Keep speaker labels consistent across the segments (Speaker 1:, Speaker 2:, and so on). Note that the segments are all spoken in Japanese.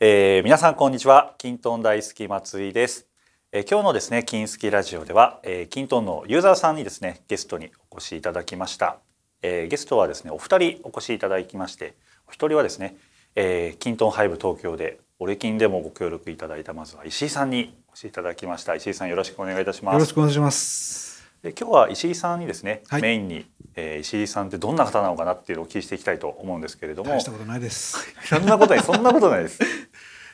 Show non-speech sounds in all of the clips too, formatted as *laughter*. Speaker 1: えー皆さんこんにちは金トン大好き松井です、えー今日のですね金スキラジオでは、えー、金トンのユーザーさんにですねゲストにお越しいただきました、えーゲストはですねお二人お越しいただきましてお一人はですね、えー、金トンハイブ東京でオレキンでもご協力いただいたまずは石井さんにお越しいただきました石井さんよろしくお願いいたします
Speaker 2: よろしくお願いします。
Speaker 1: で今日は石井さんにですね、
Speaker 2: はい
Speaker 1: メインに、えー石井さんってどんな方なのかなっていうのをお聞きしていきたいと思うんですけれども
Speaker 2: 大したことないです。
Speaker 1: そんなことないそんなことないです。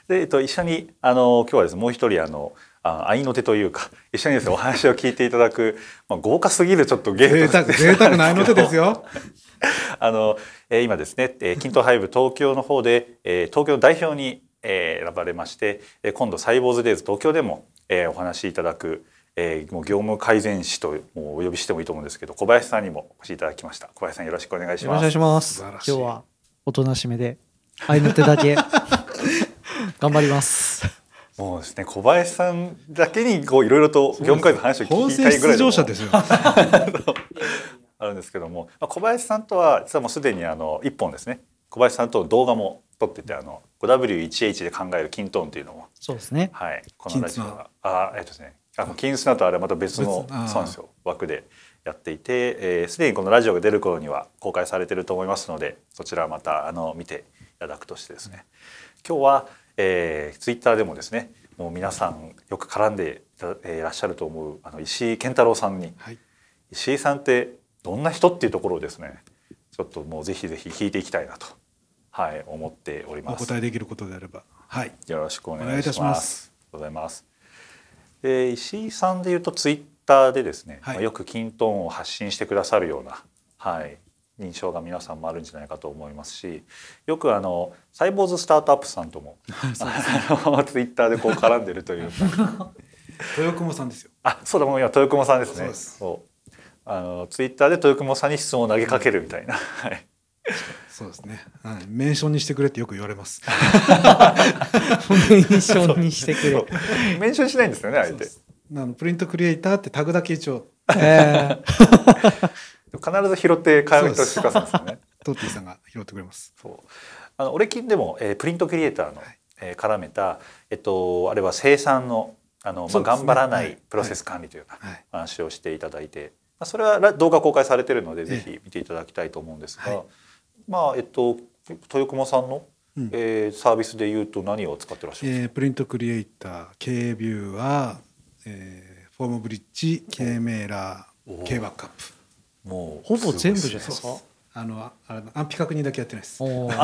Speaker 1: でえっと一緒にあの今日はですねもう一人あのあ愛の手というか一緒にですねお話を聞いていただく、まあ、豪華すぎるちょっとゲ
Speaker 2: 贅
Speaker 1: ート
Speaker 2: 沢贅沢な愛の手ですよ。
Speaker 1: *laughs* あの、えー今ですね、えー、金東ハイブ東京の方で、えー東京の代表に、えー選ばれまして、えー今度サイボーズデイズ東京でも、えーお話しいただく、えーもう業務改善士ともうお呼びしてもいいと思うんですけど、小林さんにもお越しいただきました。小林さんよろしくお願いし
Speaker 3: よろしく
Speaker 1: ま
Speaker 3: お願いし
Speaker 1: す。
Speaker 3: ます。
Speaker 2: 素晴
Speaker 3: 今
Speaker 2: らしい
Speaker 3: 日はおとなしめで、愛の手だけ頑張ります。
Speaker 1: もうですね、小林さんだけにこういろいろと業務改善の話を聞
Speaker 2: 本
Speaker 1: きたい
Speaker 2: 戦
Speaker 1: ぐら
Speaker 2: 出
Speaker 1: いの
Speaker 2: 場者ですよ。
Speaker 1: あるんですけども、まあ、小林さんとは実はもうすでにあの一本ですね、小林さんとの動画も撮っててあの 5W1H で考えるキントーンっていうのも
Speaker 3: そうですね。
Speaker 1: はい、こ
Speaker 2: 金
Speaker 1: のラジオ
Speaker 2: ス
Speaker 1: が、あ、えっとですね、あの金スナとあれはまた別の
Speaker 2: 別あー
Speaker 1: そうなんですよ枠でやっていて、えーす、で、にこのラジオが出る頃には公開されてると思いますので、そちらはまたあの見ていただくとしてですね。今日は、えー、ツイッターでもですね、もう皆さんよく絡んでいた、えーいらっしゃると思うあの石井健太郎さんに、
Speaker 2: はい。
Speaker 1: 石井さんってどんな人っていうところをですね、ちょっともうぜひぜひ聞いていきたいなと、はい、思っており
Speaker 2: お
Speaker 1: ます。
Speaker 2: 答えできることであれば。はい。
Speaker 1: よろしくお願
Speaker 2: お願
Speaker 1: い
Speaker 2: い
Speaker 1: し
Speaker 2: い
Speaker 1: ま
Speaker 2: た
Speaker 1: す。
Speaker 2: し
Speaker 1: ありが
Speaker 2: ます
Speaker 1: とうございます。で石井さんでいうとツイッターでですね、
Speaker 2: はい
Speaker 1: まあよく均等を発信してくださるような、はい、印象が皆さんもあるんじゃないかと思いますしよくあのサイボーズスタートアップさんとも *laughs* あのツイッターでこう絡んでるというか
Speaker 2: 豊雲さんですよ。
Speaker 1: あそうだもう今豊雲さんですね
Speaker 2: そうです
Speaker 1: そうあのツイッターで豊雲さんに質問を投げかけるみたいな、はい、
Speaker 2: そうですね。はい。メンションにしてくれってよく言われます。
Speaker 3: 印象にしてく
Speaker 1: そ
Speaker 3: れ
Speaker 1: う。 *laughs* メンションしないんですよねあえ
Speaker 2: そうで
Speaker 1: て
Speaker 2: すあのプリントクリエイターってタグだけ一応
Speaker 3: えー
Speaker 1: 必ず拾って会話としてくださるんですよね
Speaker 2: トッティさんが拾ってくれます。
Speaker 1: そうあのオレキンでも、えープリントクリエイターの、えー絡めた、えっと、あれは生産のあの、ま
Speaker 2: そ
Speaker 1: あ、
Speaker 2: うですね
Speaker 1: 頑張らな
Speaker 2: はいい
Speaker 1: プロセス管理というような
Speaker 2: はい。
Speaker 1: 話をしていただいて、まあ、それはら動画公開されてるので
Speaker 2: え
Speaker 1: ぜひ見ていただきたいと思うんですが、
Speaker 2: はい
Speaker 1: まあえっと豊駒さんの、
Speaker 2: うん
Speaker 1: えーサービスでいうと何を使ってらっしゃるんです
Speaker 2: えープリントクリエイター、K ビューアー、えーフォームブリッジ、K メーラ
Speaker 1: お
Speaker 2: ー、K バックアップ。
Speaker 1: か、もう
Speaker 3: ほぼ全部じゃない
Speaker 1: す
Speaker 3: ですか。
Speaker 2: あのああれ安否確認だけやってないです。
Speaker 3: おー
Speaker 1: ごいで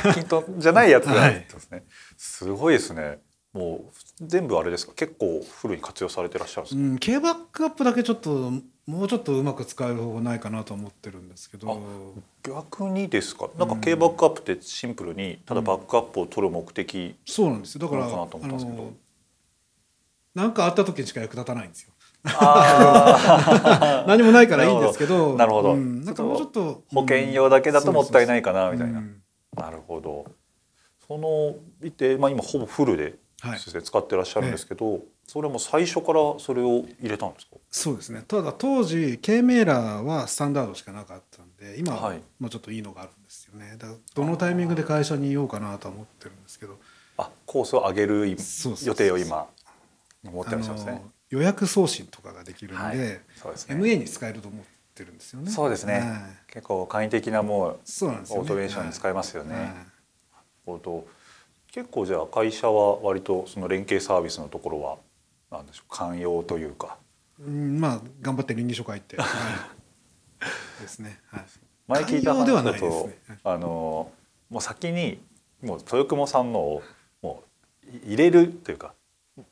Speaker 1: すね均 *laughs* 等じゃないやつだねですね、すごいですねもう全部あれですか結構フルに活用されてらっしゃるんです
Speaker 2: う
Speaker 1: か、
Speaker 2: ん、K バックアップだけちょっともうちょっとうまく使える方法ないかなと思ってるんですけ
Speaker 1: あ
Speaker 2: ど
Speaker 1: 逆にですかなんか K バックアップってシンプルにただバックアップを取る目
Speaker 2: *laughs*
Speaker 1: 的、
Speaker 2: そうなんですよだから
Speaker 1: どうかなと思ったんですけど
Speaker 2: あのなんかあった時にしか役立たないんですよ何もないからいいんですけど
Speaker 1: なるほど
Speaker 2: うんなんかもうちょっと
Speaker 1: *laughs* 保険用だけだともったいないいかなみたいな、
Speaker 2: うん
Speaker 1: なるほどそのいて、まあ、今ほぼフルで
Speaker 2: はい
Speaker 1: 先生使ってらっしゃるんですけど、それも最初からそれを入れたんですか
Speaker 2: そうですねただ当時 K メーラーはスタンダードしかなかったんで今
Speaker 1: はい
Speaker 2: もうちょっといいのがあるんですよねだからどのタイミングで会社に言おうかなとは思ってるんですけど
Speaker 1: あコースを上げるい
Speaker 2: そうそうそう
Speaker 1: 予定を今持ってらっしゃるんですね
Speaker 2: あの予約送信とかができるんで、
Speaker 1: はいそうですね
Speaker 2: MA に使えると思ってるんですよね。
Speaker 1: そうですね、
Speaker 2: はい
Speaker 1: 結構簡易的なもう
Speaker 2: そうなんですよ、ね。
Speaker 1: オートメーションに使え
Speaker 2: え
Speaker 1: ますよね、ほど結構じゃあ会社は割とその連携サービスのところはなんでしょう寛容というか
Speaker 2: うん、まあ頑張って倫理書書いて、はい、
Speaker 1: *laughs*
Speaker 2: ですね。はい。
Speaker 1: 前聞いた
Speaker 2: 寛容では
Speaker 1: 話
Speaker 2: な
Speaker 1: だ
Speaker 2: いです
Speaker 1: と、
Speaker 2: ねはい
Speaker 1: あのもう先にもう豊雲さんのをもう入れるというか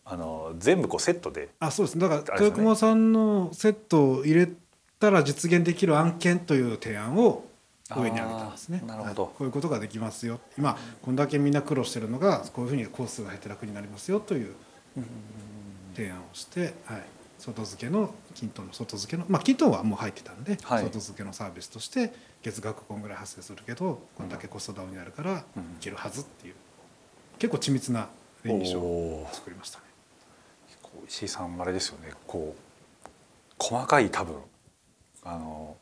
Speaker 1: あの全部こうセットで
Speaker 2: あ、そうですね。だから
Speaker 1: あれですね
Speaker 2: 豊雲さんのセットを入れたら実現できる案件という提案を上に上げたんですね
Speaker 1: あ。ーなるほど
Speaker 2: はいこういうことができますよ。今こんだけみんな苦労してるのがこういうふうにコースが減って楽になりますよという提案をして、はい、外付けの均等の外付けのまあ均等はもう入ってたんで、
Speaker 1: はい
Speaker 2: 外付けのサービスとして月額こんぐらい発生するけどこんだけコストダウンになるからい
Speaker 1: うん
Speaker 2: けるはずっていう結構緻密な
Speaker 1: お
Speaker 2: 連理書を
Speaker 1: おー
Speaker 2: 作りましたね。
Speaker 1: こう石井さんあれですよねこう細かい多分あの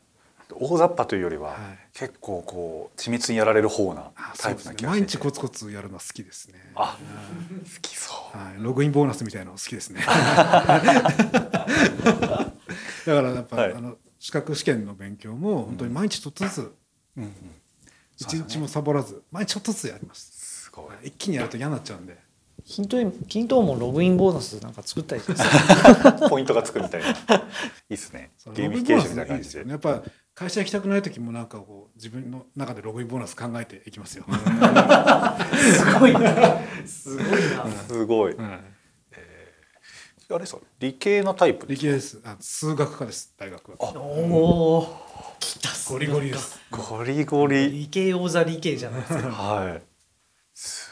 Speaker 1: 大雑把というよりは、
Speaker 2: はい
Speaker 1: 結構こう緻密にやられる方な
Speaker 2: あそ
Speaker 1: タ
Speaker 2: う
Speaker 1: イ
Speaker 2: で
Speaker 1: プ
Speaker 2: す
Speaker 1: な
Speaker 2: ね
Speaker 1: 気がして
Speaker 2: 毎
Speaker 1: いて
Speaker 2: 日コツコツやるのは好きですね
Speaker 1: あ好きそう
Speaker 2: はい、ログインボーナスみたいなの好
Speaker 1: *laughs*
Speaker 2: きですね。だからやっぱ、
Speaker 1: はい
Speaker 2: あの資格試験の勉強も本当に毎日ちょっとずつ、一
Speaker 1: そうだね
Speaker 2: 日もサボらず毎日ちょっとずつやります。
Speaker 1: すごい
Speaker 2: 一気にやると嫌になっちゃうんで、
Speaker 4: 均等に均等もログインボーナスなんか作ったりとかさ
Speaker 1: ポイントがつくみたい
Speaker 2: *laughs*
Speaker 1: ないいっすね
Speaker 2: その
Speaker 1: ゲー
Speaker 2: ログイ
Speaker 1: ミ
Speaker 2: ン
Speaker 1: フィ
Speaker 2: ボ
Speaker 1: ケ
Speaker 2: ー
Speaker 1: ーショ
Speaker 2: ナ
Speaker 1: ンみたいな感
Speaker 2: スもいいで
Speaker 1: じ
Speaker 2: す
Speaker 1: で
Speaker 2: よね。やっぱ会社行きたくない時もなんかこう自分の中でログインボーナス考えていきますよ。 *laughs*
Speaker 4: すごいなすごいな
Speaker 1: すごい、
Speaker 2: はい
Speaker 1: あれさ理系のタイプ
Speaker 2: 理系です。あ、数学科です。大学は。
Speaker 1: あ
Speaker 4: おお来たっす
Speaker 2: ゴリゴリです。
Speaker 1: ゴリゴリ
Speaker 4: 理系王座理系じゃないですか
Speaker 1: はい数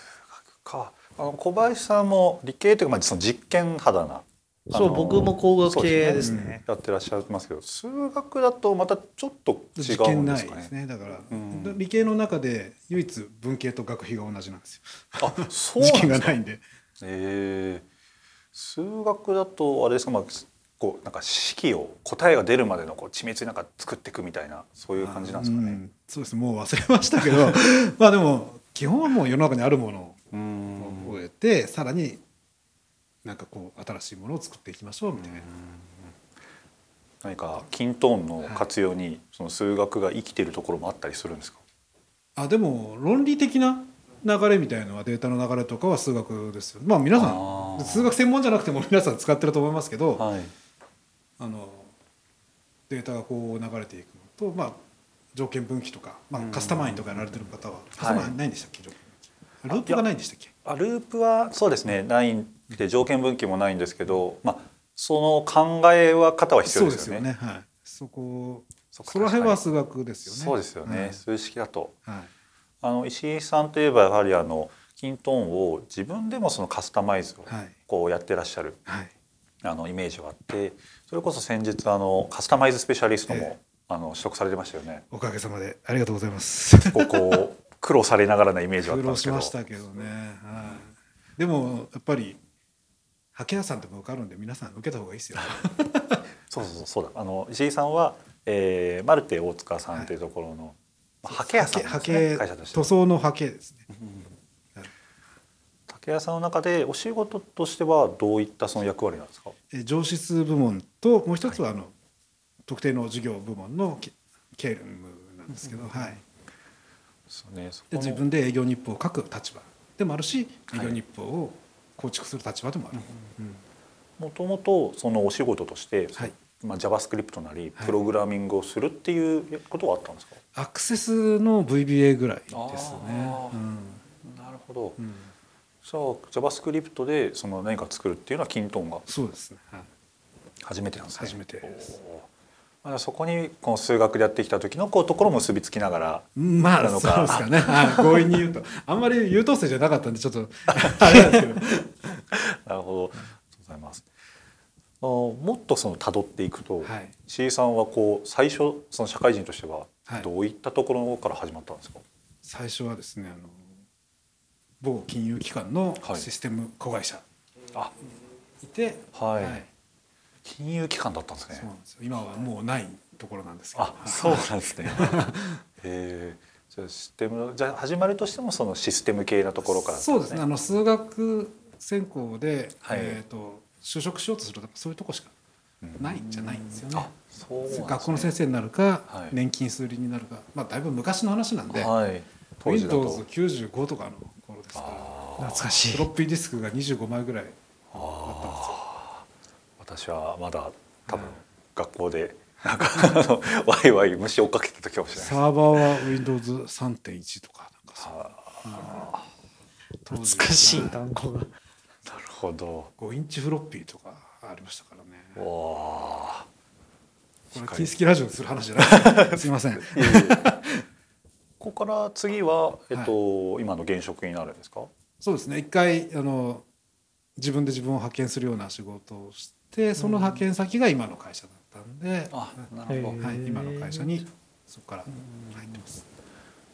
Speaker 1: 学かあの小林さんも理系というか、まあ、その実験肌な
Speaker 4: そう
Speaker 1: あの
Speaker 4: 僕も工学系です
Speaker 1: そう
Speaker 4: ね
Speaker 1: やってらっしゃいますけど数学だとまたちょっと違
Speaker 2: 実
Speaker 1: う
Speaker 2: 験
Speaker 1: んで
Speaker 2: な
Speaker 1: す
Speaker 2: い
Speaker 1: か
Speaker 2: です
Speaker 1: ね
Speaker 2: ね。だから、
Speaker 1: うん
Speaker 2: 理系の中で唯一文系と学費が同じなんですよ。
Speaker 1: あそうなん
Speaker 2: 時期
Speaker 1: で
Speaker 2: が
Speaker 1: すか
Speaker 2: ないんで
Speaker 1: ええ数学だとあれですか、まあ、こうなんか式を答えが出るまでのこう緻密になんか作っていくみたいなそういう感じなんですか
Speaker 2: う
Speaker 1: ね。
Speaker 2: んそうですもう忘れました
Speaker 1: *laughs*
Speaker 2: けどまあでも基本はもう世の中にあるもの
Speaker 1: う
Speaker 2: を
Speaker 1: ん
Speaker 2: 覚えて、さらになんかこう新しいものを作っていきましょうみたいな、
Speaker 1: 何か均等の活用にその数学が生きてるところもあったりするんですか。
Speaker 2: あでも論理的な流れみたいのはデータの流れとかは数学ですよまあ皆
Speaker 1: あ
Speaker 2: さ
Speaker 1: ー
Speaker 2: ん数学専門じゃなくても皆さん使ってると思いますけど、
Speaker 1: はい。
Speaker 2: あのデータがこう流れていくのとまあ条件分岐とか、まあ、カスタマインとかやられてる方は、カスタマインないんでしたっけ、条件分岐ループがないんでしたっけ
Speaker 1: あループはそうですねないんで条件分岐もないんですけど、まあその考えは方は必要ですよね。
Speaker 2: そうですよね。はい。そこ、
Speaker 1: そ
Speaker 2: そ
Speaker 1: っか
Speaker 2: こら辺は数学ですよね。
Speaker 1: そうですよね。
Speaker 2: はい
Speaker 1: 数式だと
Speaker 2: はい。
Speaker 1: あの石井さんといえばやはりあの均等を自分でもそのカスタマイズを
Speaker 2: はい。
Speaker 1: こうやってらっしゃる
Speaker 2: はい。
Speaker 1: あのイメージがあってそれこそ先日あのカスタマイズスペシャリストも、
Speaker 2: ええ
Speaker 1: あの取得されてましたよね
Speaker 2: おかげさまで、ありがとうございます。
Speaker 1: こうこう苦労されながらなイメージがあっ
Speaker 2: 苦
Speaker 1: たん
Speaker 2: 労
Speaker 1: です
Speaker 2: し
Speaker 1: けど
Speaker 2: ましたけどね。はい。でも、やっぱり。ハケ屋さんとか受かるんで、皆さん受けた方がいいですよ。
Speaker 1: そうそうそうそうだあの石井さんは、えーマルテ大塚さんというところの、まあハケ屋さんなん
Speaker 2: ハ
Speaker 1: です
Speaker 2: ケ、
Speaker 1: ね
Speaker 2: ハ
Speaker 1: 会
Speaker 2: ケ
Speaker 1: 社として
Speaker 2: 塗装のハケですね。
Speaker 1: 竹屋さんの中でお仕事としてはどういったその役割なんですか
Speaker 2: え上質部門と、もう一つは、あの。特定の事業部門のけ。ケールムなんですけど、はい。
Speaker 1: そうねそこ
Speaker 2: で
Speaker 1: の
Speaker 2: 自分で営業日報を書く立場でもあるし
Speaker 1: は
Speaker 2: 営
Speaker 1: い
Speaker 2: 業日報を構築する立場でもある、
Speaker 1: もともとそのお仕事として、
Speaker 2: はい
Speaker 1: まあ、JavaScript なり
Speaker 2: はい
Speaker 1: プログラミングをするっていうことはあったんですか、
Speaker 2: アクセスの VBA ぐらいですね
Speaker 1: あ、ー
Speaker 2: うん
Speaker 1: なるほど
Speaker 2: うん
Speaker 1: じゃあ JavaScript でその何か作るっていうのはキントンが
Speaker 2: そうですね、はい
Speaker 1: 初めてなんですね
Speaker 2: 初めてです
Speaker 1: おーまあそこにこの数学でやってきた時のこうところも結びつきながら *laughs*
Speaker 2: ま
Speaker 1: な
Speaker 2: あそ
Speaker 1: の
Speaker 2: う
Speaker 1: か
Speaker 2: ですか
Speaker 1: *laughs*
Speaker 2: ね、はい、強引に言うとあんまり優等生じゃなかったんでちょっとあれなんですけど
Speaker 1: なるほどありがとうございますあーもっとその辿っていくと、
Speaker 2: はい
Speaker 1: 石井さんはこう最初その社会人としては
Speaker 2: はい
Speaker 1: どういったところから始まったんですか、
Speaker 2: 最初はですねあの某金融機関の
Speaker 1: はい
Speaker 2: システム子会社
Speaker 1: あ
Speaker 2: いて、
Speaker 1: はい金融機関だったんですね
Speaker 2: そうなんですよ今はもうないところなんですけど
Speaker 1: あそうなんですねへえじゃあシステムじゃあ始まりとしてもそのシステム系なところからだったん
Speaker 2: そうですねあの数学専攻で、
Speaker 1: はい
Speaker 2: えー、と就職しようとするとそういうとこしかないんじゃないんですよね
Speaker 1: あ、そうなんですね
Speaker 2: 学校の先生になるか、
Speaker 1: はい
Speaker 2: 年金数理になるか、まあ、だいぶ昔の話なんで、
Speaker 1: はい、当時だと
Speaker 2: Windows95 とかの頃ですから
Speaker 1: あ
Speaker 4: 懐かし
Speaker 2: フ
Speaker 4: い
Speaker 2: ロッピーディスクが25枚ぐらい
Speaker 1: 私はまだ多分学校でなんかあの *laughs* ワイワイ虫追っかけてた時かもしれないです
Speaker 2: サーバーは Windows3.1 とかなんかそう
Speaker 1: あ
Speaker 2: 当時
Speaker 4: 懐かしい単語が
Speaker 1: ーなるほど
Speaker 2: 5インチフロッピーとかありましたからねこ
Speaker 1: わあ
Speaker 2: れ金スキラジオでする話じゃな
Speaker 1: *laughs*
Speaker 2: いですすいません
Speaker 1: いえいえ *laughs* ここから次は、えっと今の現職になるんですか
Speaker 2: そうですね一回あの自分で自分を派遣するような仕事をしてその派遣先が今の会社だったんで、
Speaker 1: あな
Speaker 4: るほど
Speaker 2: はい、
Speaker 4: へえ
Speaker 2: 今の会社にそこから入ってます。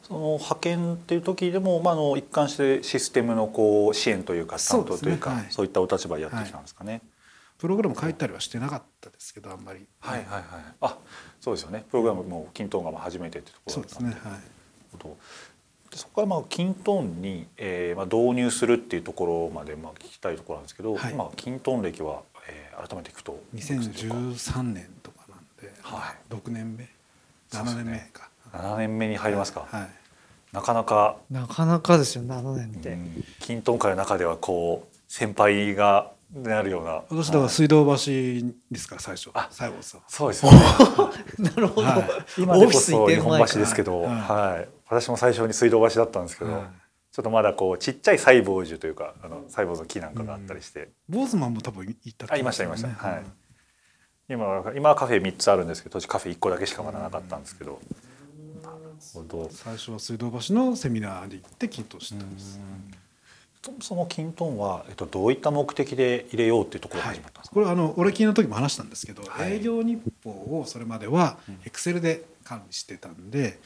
Speaker 1: その派遣っていう時でも、まあ、あの一貫してシステムのこう支援というか担
Speaker 2: そうで
Speaker 1: 当
Speaker 2: す
Speaker 1: と
Speaker 2: ね
Speaker 1: いうかそう,、
Speaker 2: はい
Speaker 1: い、ったお立場でやってきたんですかね。
Speaker 2: プログラム書いたりはしてなかったですけどあんまり
Speaker 1: はいはいはい。あ、そうですよね。プログラムも均等が初めてってところ
Speaker 2: そう
Speaker 1: だっ
Speaker 2: で
Speaker 1: た
Speaker 2: す
Speaker 1: んで
Speaker 2: ねはい
Speaker 1: ことでそこからまあ均等に、えー、まあ導入するっていうところまでまあ聞きたいところなんですけど、
Speaker 2: はい
Speaker 1: まあ均等歴は、えー、改めていくと
Speaker 2: 2013年とかなんで、
Speaker 1: はい
Speaker 2: 6年目
Speaker 1: そうですね
Speaker 2: 7年目か
Speaker 1: 7年目に入りますか、
Speaker 2: はい
Speaker 1: なかなか
Speaker 3: なかなかですよ7年って、
Speaker 1: うん均等会の中ではこう先輩がなるような
Speaker 2: 私だから
Speaker 1: はい
Speaker 2: 水道橋ですから最初
Speaker 1: あ
Speaker 2: 西郷さん
Speaker 1: そうですよね
Speaker 3: なるほど、
Speaker 2: はい
Speaker 1: 今でこ
Speaker 3: オフィ
Speaker 1: そ
Speaker 3: ス移
Speaker 1: 日
Speaker 3: 転
Speaker 1: 本
Speaker 3: 前
Speaker 1: 橋
Speaker 3: か
Speaker 1: ですけど、
Speaker 2: は
Speaker 1: はいい私も最初に水道橋だったんですけど、
Speaker 2: はい
Speaker 1: ちょっとまだこうちっちゃいサイボージュというかあのサイボーズの木なんかがあったりして、
Speaker 2: ボーズマンも多分いたと
Speaker 1: あ
Speaker 2: 思
Speaker 1: いうま
Speaker 2: ん
Speaker 1: し
Speaker 2: です
Speaker 1: たいま
Speaker 2: よね
Speaker 1: した、はい今は今はカフェ3つあるんですけど当時カフェ1個だけしかまだなかったんですけど、なるほど
Speaker 2: 最初は水道橋のセミナーに行って均等してたんです、
Speaker 1: そもそもキントンは、えっと、どういった目的で入れようっていうところが
Speaker 2: はい
Speaker 1: 始まったんです、か、
Speaker 2: これはあの俺金の時も話したんですけど、
Speaker 1: はい
Speaker 2: 営業日報をそれまではエクセルで管理してたんで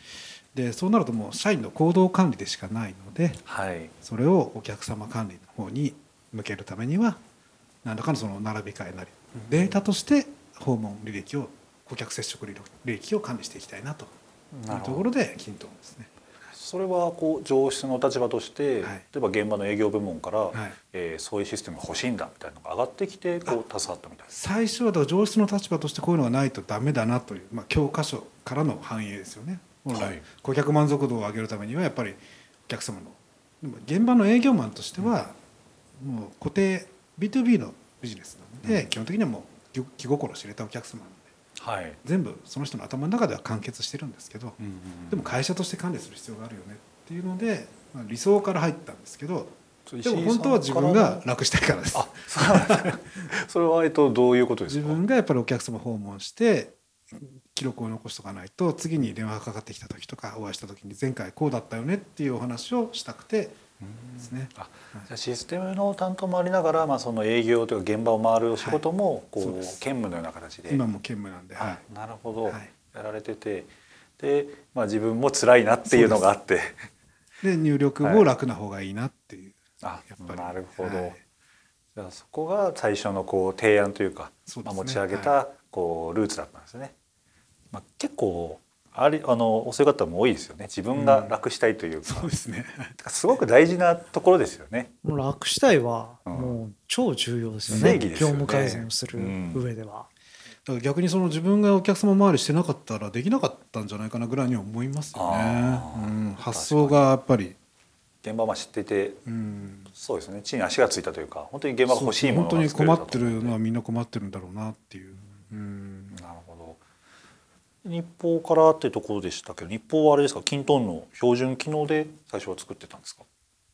Speaker 2: でそうなるともう社員の行動管理でしかないので
Speaker 1: はい
Speaker 2: それをお客様管理の方に向けるためには何らかのその並び替えなりデータとして訪問履歴を顧客接触履歴を管理していきたいなとい
Speaker 1: なるほ
Speaker 2: う
Speaker 1: ど
Speaker 2: ところで均等ですね。
Speaker 1: それはこう上質の立場として、
Speaker 2: はい
Speaker 1: 例えば現場の営業部門から、
Speaker 2: い
Speaker 1: えーそういうシステムが欲しいんだみたいなのが上がってきてこう携わったみたいです。
Speaker 2: 最初はだから上質の立場としてこういうのがないとダメだなという、まあ、教科書からの反映ですよね本
Speaker 1: は
Speaker 2: 来
Speaker 1: い
Speaker 2: 顧客満足度を上げるためにはやっぱりお客様のでも現場の営業マンとしてはもう固定 B2B のビジネスなので、
Speaker 1: うん
Speaker 2: 基本的にはもう気気心知れたお客様なので
Speaker 1: はい、
Speaker 2: 全部その人の頭の中では完結してるんですけど、で
Speaker 1: で
Speaker 2: も
Speaker 1: も
Speaker 2: 会社として管理する必要があるよねっていうので、まあ、理想から入ったんですけどでも本当は自分が楽したいからです。
Speaker 1: あそうなんですかそれは、えっと、どういうことです
Speaker 2: 自
Speaker 1: か
Speaker 2: 分がやっぱりお客様訪問して記録を残しとかないと次に電話がかかってきた時とかお会いした時に前回こうだったよねっていうお話をしたくてですね
Speaker 1: あじゃあシステムの担当もありながら、まあ、その営業というか現場を回る仕事もこう、
Speaker 2: そうです
Speaker 1: 兼務のような形で
Speaker 2: 今も兼務なんで、は
Speaker 1: あ
Speaker 2: い、
Speaker 1: なるほど、
Speaker 2: はい
Speaker 1: やられててで、まあ、自分も辛いなっていうのがあって
Speaker 2: で入力も楽な方がいいなっていう、
Speaker 1: あ
Speaker 2: やっぱり
Speaker 1: なるほど、
Speaker 2: はい
Speaker 1: じゃあそこが最初のこう提案というか
Speaker 2: そうで
Speaker 1: まあ、
Speaker 2: すね
Speaker 1: 持ち上げ
Speaker 2: は
Speaker 1: たこうルーツだったんですね、まあ、結構ありあのそういう方も多いですよね自分が楽したいというか,、
Speaker 2: そうですね
Speaker 1: すごく大事なところですよね
Speaker 3: もう楽したいは
Speaker 1: うん
Speaker 3: もう超重要ですよ
Speaker 1: 正
Speaker 3: ね,、
Speaker 1: 義です
Speaker 3: 業
Speaker 1: よね
Speaker 3: 務改善をする上では、
Speaker 2: だから逆にその自分がお客様周りしてなかったらできなかったんじゃないかなぐらいには思いますよね
Speaker 1: あ、ー
Speaker 2: うん、発想がやっぱり、
Speaker 1: 現場は知っていて
Speaker 2: うん、
Speaker 1: そうですね地に足がついたというか本当に現場が欲しいもの
Speaker 2: そう
Speaker 1: が
Speaker 2: 本当
Speaker 1: 作
Speaker 2: に
Speaker 1: れた
Speaker 2: 困
Speaker 1: と
Speaker 2: ってるのはみんな困ってるんだろうなっていう、うん、
Speaker 1: なるほど日報からってところでしたけど日報はあれですかキントンの標準機能で最初は作ってたんですか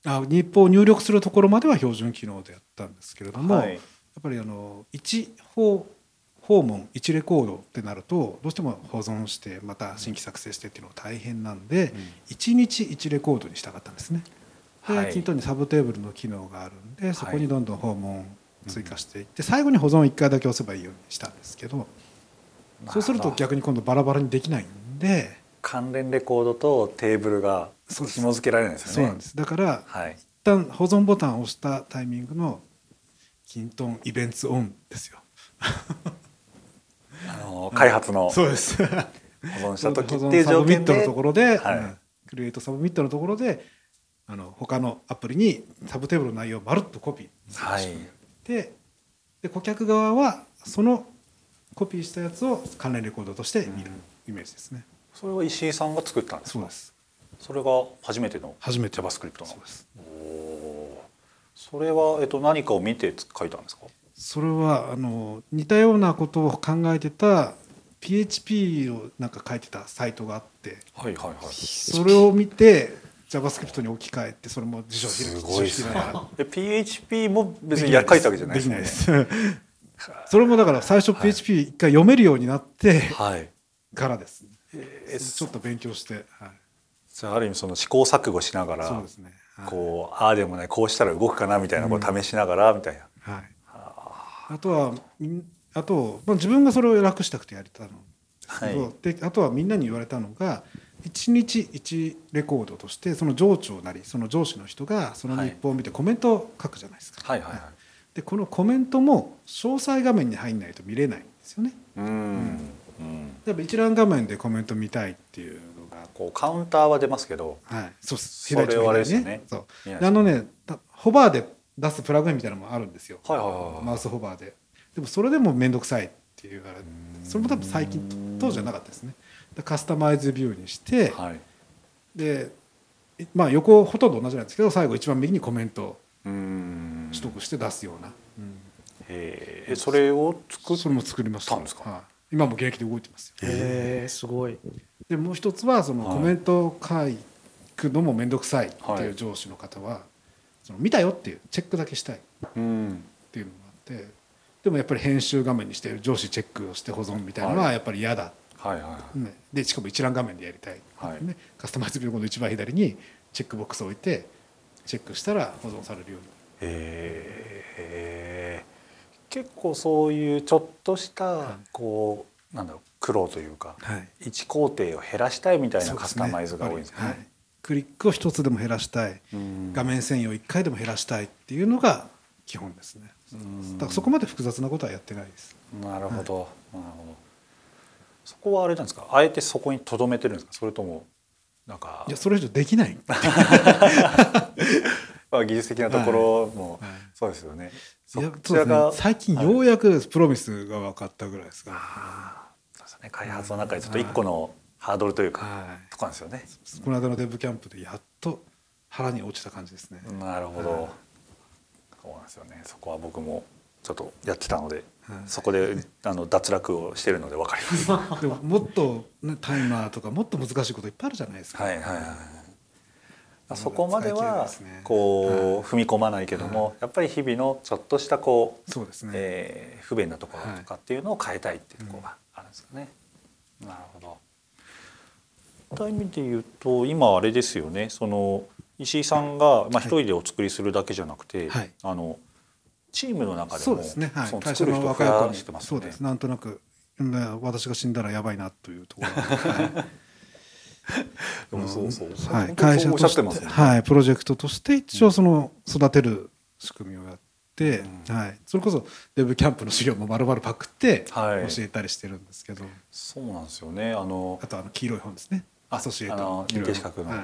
Speaker 2: あ日報を入力するところまでは標準機能でやったんですけれども、
Speaker 1: はい
Speaker 2: やっぱりあの1訪訪問1レコードってなるとどうしても保存してまた新規作成してっていうのが大変なんで、1日1レコードにしたかったんですね。で、
Speaker 1: はい
Speaker 2: キントンにサブテーブルの機能があるんでそこ
Speaker 1: はい
Speaker 2: にどんどん訪問を追加していって、最後に保存1回だけ押せばいいようにしたんですけどそうすると
Speaker 1: なほど
Speaker 2: 逆に今度バラバラにできないんで。
Speaker 1: 関連レコードとテーブルが
Speaker 2: そうです
Speaker 1: 紐付けられないんですよね
Speaker 2: そうなんですだから
Speaker 1: はい
Speaker 2: 一旦保存ボタンを押したタイミングの「キントンイベンツオン」ですよ。
Speaker 1: あの開発の保
Speaker 2: そう
Speaker 1: *laughs*
Speaker 2: です。
Speaker 1: 存した時っ
Speaker 2: 保
Speaker 1: ていう
Speaker 2: 存サ
Speaker 1: 条
Speaker 2: ブミッ
Speaker 1: 件
Speaker 2: ト
Speaker 1: で
Speaker 2: のところで、
Speaker 1: はい
Speaker 2: うんクリエイトサブミットのところであの他のアプリにサブテーブルの内容をまるっとコピーする
Speaker 1: はい
Speaker 2: 仕組みをやってで顧客側はそのコピーしたやつを関連レコードとして見るイメージですね。
Speaker 1: それは石井さんが作ったんです
Speaker 2: そう
Speaker 1: か
Speaker 2: です。
Speaker 1: それが初めての
Speaker 2: 初めて
Speaker 1: JavaScript の
Speaker 2: そうです。
Speaker 1: おーそれは、えっと、何かを見て書いたんですか
Speaker 2: それはあの似たようなことを考えてた PHP をなんか書いてたサイトがあって
Speaker 1: はいはいはい
Speaker 2: それを見て JavaScript に置き換えてそれも辞書を開
Speaker 1: す
Speaker 2: き
Speaker 1: ごいで
Speaker 2: 辞
Speaker 1: す
Speaker 2: 書
Speaker 1: ね
Speaker 2: を開きながら
Speaker 1: で PHP も別に
Speaker 2: で
Speaker 1: や
Speaker 2: き
Speaker 1: 書いたわけじゃない
Speaker 2: で
Speaker 1: です
Speaker 2: き
Speaker 1: よ
Speaker 2: ない
Speaker 1: ね
Speaker 2: ですそれもだから最初 PHP 一回読めるようになって
Speaker 1: はい
Speaker 2: からです、
Speaker 1: えー
Speaker 2: ちょっと勉強して、はい、
Speaker 1: じゃあある意味その試行錯誤しなが
Speaker 2: そう
Speaker 1: ら
Speaker 2: ですね、はい
Speaker 1: こうああでもないこうしたら動くかなみたいなこう試しながらみたいな、
Speaker 2: はい、あとはみんあと、まあ、自分がそれを楽したくてやれたのですけど、
Speaker 1: はい
Speaker 2: であとはみんなに言われたのが1日1レコードとしてその上長なりその上司の人がその日報を見てコメントを書くじゃないですか、
Speaker 1: はいはいはい
Speaker 2: でこのコメントも詳細画面に入んないと見れないんですよね
Speaker 1: うんうん
Speaker 2: やっぱ一覧画面でコメント見たいっていうのが
Speaker 1: こうカウンターは出ますけど
Speaker 2: はいそうです
Speaker 1: それ
Speaker 2: 左と
Speaker 1: はあれですよ
Speaker 2: 左
Speaker 1: ね
Speaker 2: そう
Speaker 1: 見ない
Speaker 2: であのねたホバーで出すプラグインみたいなのもあるんですよ、
Speaker 1: はいはいはいはい
Speaker 2: マウスホバーででもそれでも面倒くさいっていうからそれも多分最近当時はなかったですねでカスタマイズビューにして、
Speaker 1: はい
Speaker 2: でいまあ横ほとんど同じなんですけど最後一番右にコメントを
Speaker 1: うん
Speaker 2: 取得して出すような、
Speaker 1: えー、それを作っ
Speaker 2: それも作りました
Speaker 1: たんですか
Speaker 2: はい、今も現役で動いてますよ
Speaker 4: へえすごい
Speaker 2: でもう一つはその
Speaker 1: はい
Speaker 2: コメントを書くのも面倒くさいって
Speaker 1: はいいう
Speaker 2: 上司の方は、その見たよっていうチェックだけしたいっ
Speaker 1: うん
Speaker 2: ていうのがあってでもやっぱり編集画面にして上司チェックをして保存みたいなの
Speaker 1: は
Speaker 2: はやっぱり嫌だ、
Speaker 1: はいはいはい
Speaker 2: ねでしかも一覧画面でやりたい、
Speaker 1: はい
Speaker 2: ね、カスタマイズビューの一番左にチェックボックスを置いてチェックしたら保存されるように
Speaker 1: えー、結構そういうちょっとした
Speaker 2: い
Speaker 1: こうなんだろう苦労というか
Speaker 2: はい
Speaker 1: 一工程を減らしたいみたいな
Speaker 2: そうで
Speaker 1: カ
Speaker 2: す
Speaker 1: ス
Speaker 2: ね
Speaker 1: タマイズが多いんです
Speaker 2: はい
Speaker 1: ね。
Speaker 2: クリックを一つでも減らしたい
Speaker 1: うん
Speaker 2: 画面専用一回でも減らしたいっていうのが基本ですね
Speaker 1: うん
Speaker 2: だからそこまで複雑なことはやってないです
Speaker 1: なるほど、なるほど。そこはあれなんですか。あえてそこにとどめてるんですか。それともなんか
Speaker 2: いやそれ以上で
Speaker 1: *laughs*
Speaker 2: きない、
Speaker 1: まあ技術的なところも
Speaker 2: はい
Speaker 1: そうですよね。
Speaker 2: いや
Speaker 1: そ
Speaker 2: そ
Speaker 1: ち
Speaker 2: うで
Speaker 1: ら
Speaker 2: すね
Speaker 1: が、
Speaker 2: 最近ようやくプロミスが分かったぐらいですから、
Speaker 1: そうですね開発の中でちょっと一個のハードルというか、
Speaker 2: は
Speaker 1: とかなんですよね。
Speaker 2: い、この間のデブキャンプでやっと腹に落ちた感じで
Speaker 1: *laughs*
Speaker 2: すね、
Speaker 1: なるほど、そうなんですよねそこは僕もちょっとやってたので、
Speaker 2: はい
Speaker 1: そこであの脱落をしてるので分かります *laughs* は
Speaker 2: でももっと、ね、タイマーとかもっと難しいこといっぱいあるじゃないですか、
Speaker 1: いはいはいそこまでは
Speaker 2: 使い切れないですね
Speaker 1: こう踏み込まないけどもやっぱり日々のちょっとしたこう
Speaker 2: そうですね、
Speaker 1: えー不便なところとかっていうのを変えたいっていうところがあるんですかね。なるほど。そういう意味で言うと今あれですよねその石井さんがまあ一人でお作りするだけじゃなくて、
Speaker 2: はい
Speaker 1: あのチームの中でも
Speaker 2: そうですね、はい、
Speaker 1: その
Speaker 2: 会
Speaker 1: 作
Speaker 2: 社
Speaker 1: る人
Speaker 2: の
Speaker 1: を
Speaker 2: 若
Speaker 1: 増
Speaker 2: い子
Speaker 1: や
Speaker 2: に
Speaker 1: してます
Speaker 2: そ
Speaker 1: よ
Speaker 2: う
Speaker 1: ね
Speaker 2: で。すなんとなくうん私が死んだらやばいなとい
Speaker 1: *laughs*
Speaker 2: うところが、はい
Speaker 1: でもそうそう。
Speaker 2: は
Speaker 1: 本
Speaker 2: い、
Speaker 1: 当に
Speaker 2: 会
Speaker 1: そ
Speaker 2: 社
Speaker 1: うおっしゃっ
Speaker 2: と
Speaker 1: て
Speaker 2: し
Speaker 1: ます
Speaker 2: て、
Speaker 1: よね。
Speaker 2: はい、プロジェクトとして一応その育てる仕組みをやって、
Speaker 1: うん
Speaker 2: はい、それこそデブキャンプの資料も丸々パクって
Speaker 1: はい
Speaker 2: 教えたりしてるんですけど、
Speaker 1: そうなんですよね。あの
Speaker 2: あとあの黄色い本ですね
Speaker 1: あ
Speaker 2: アソシエイ
Speaker 1: あの
Speaker 2: ト黄色い
Speaker 1: 認定資格の
Speaker 2: はい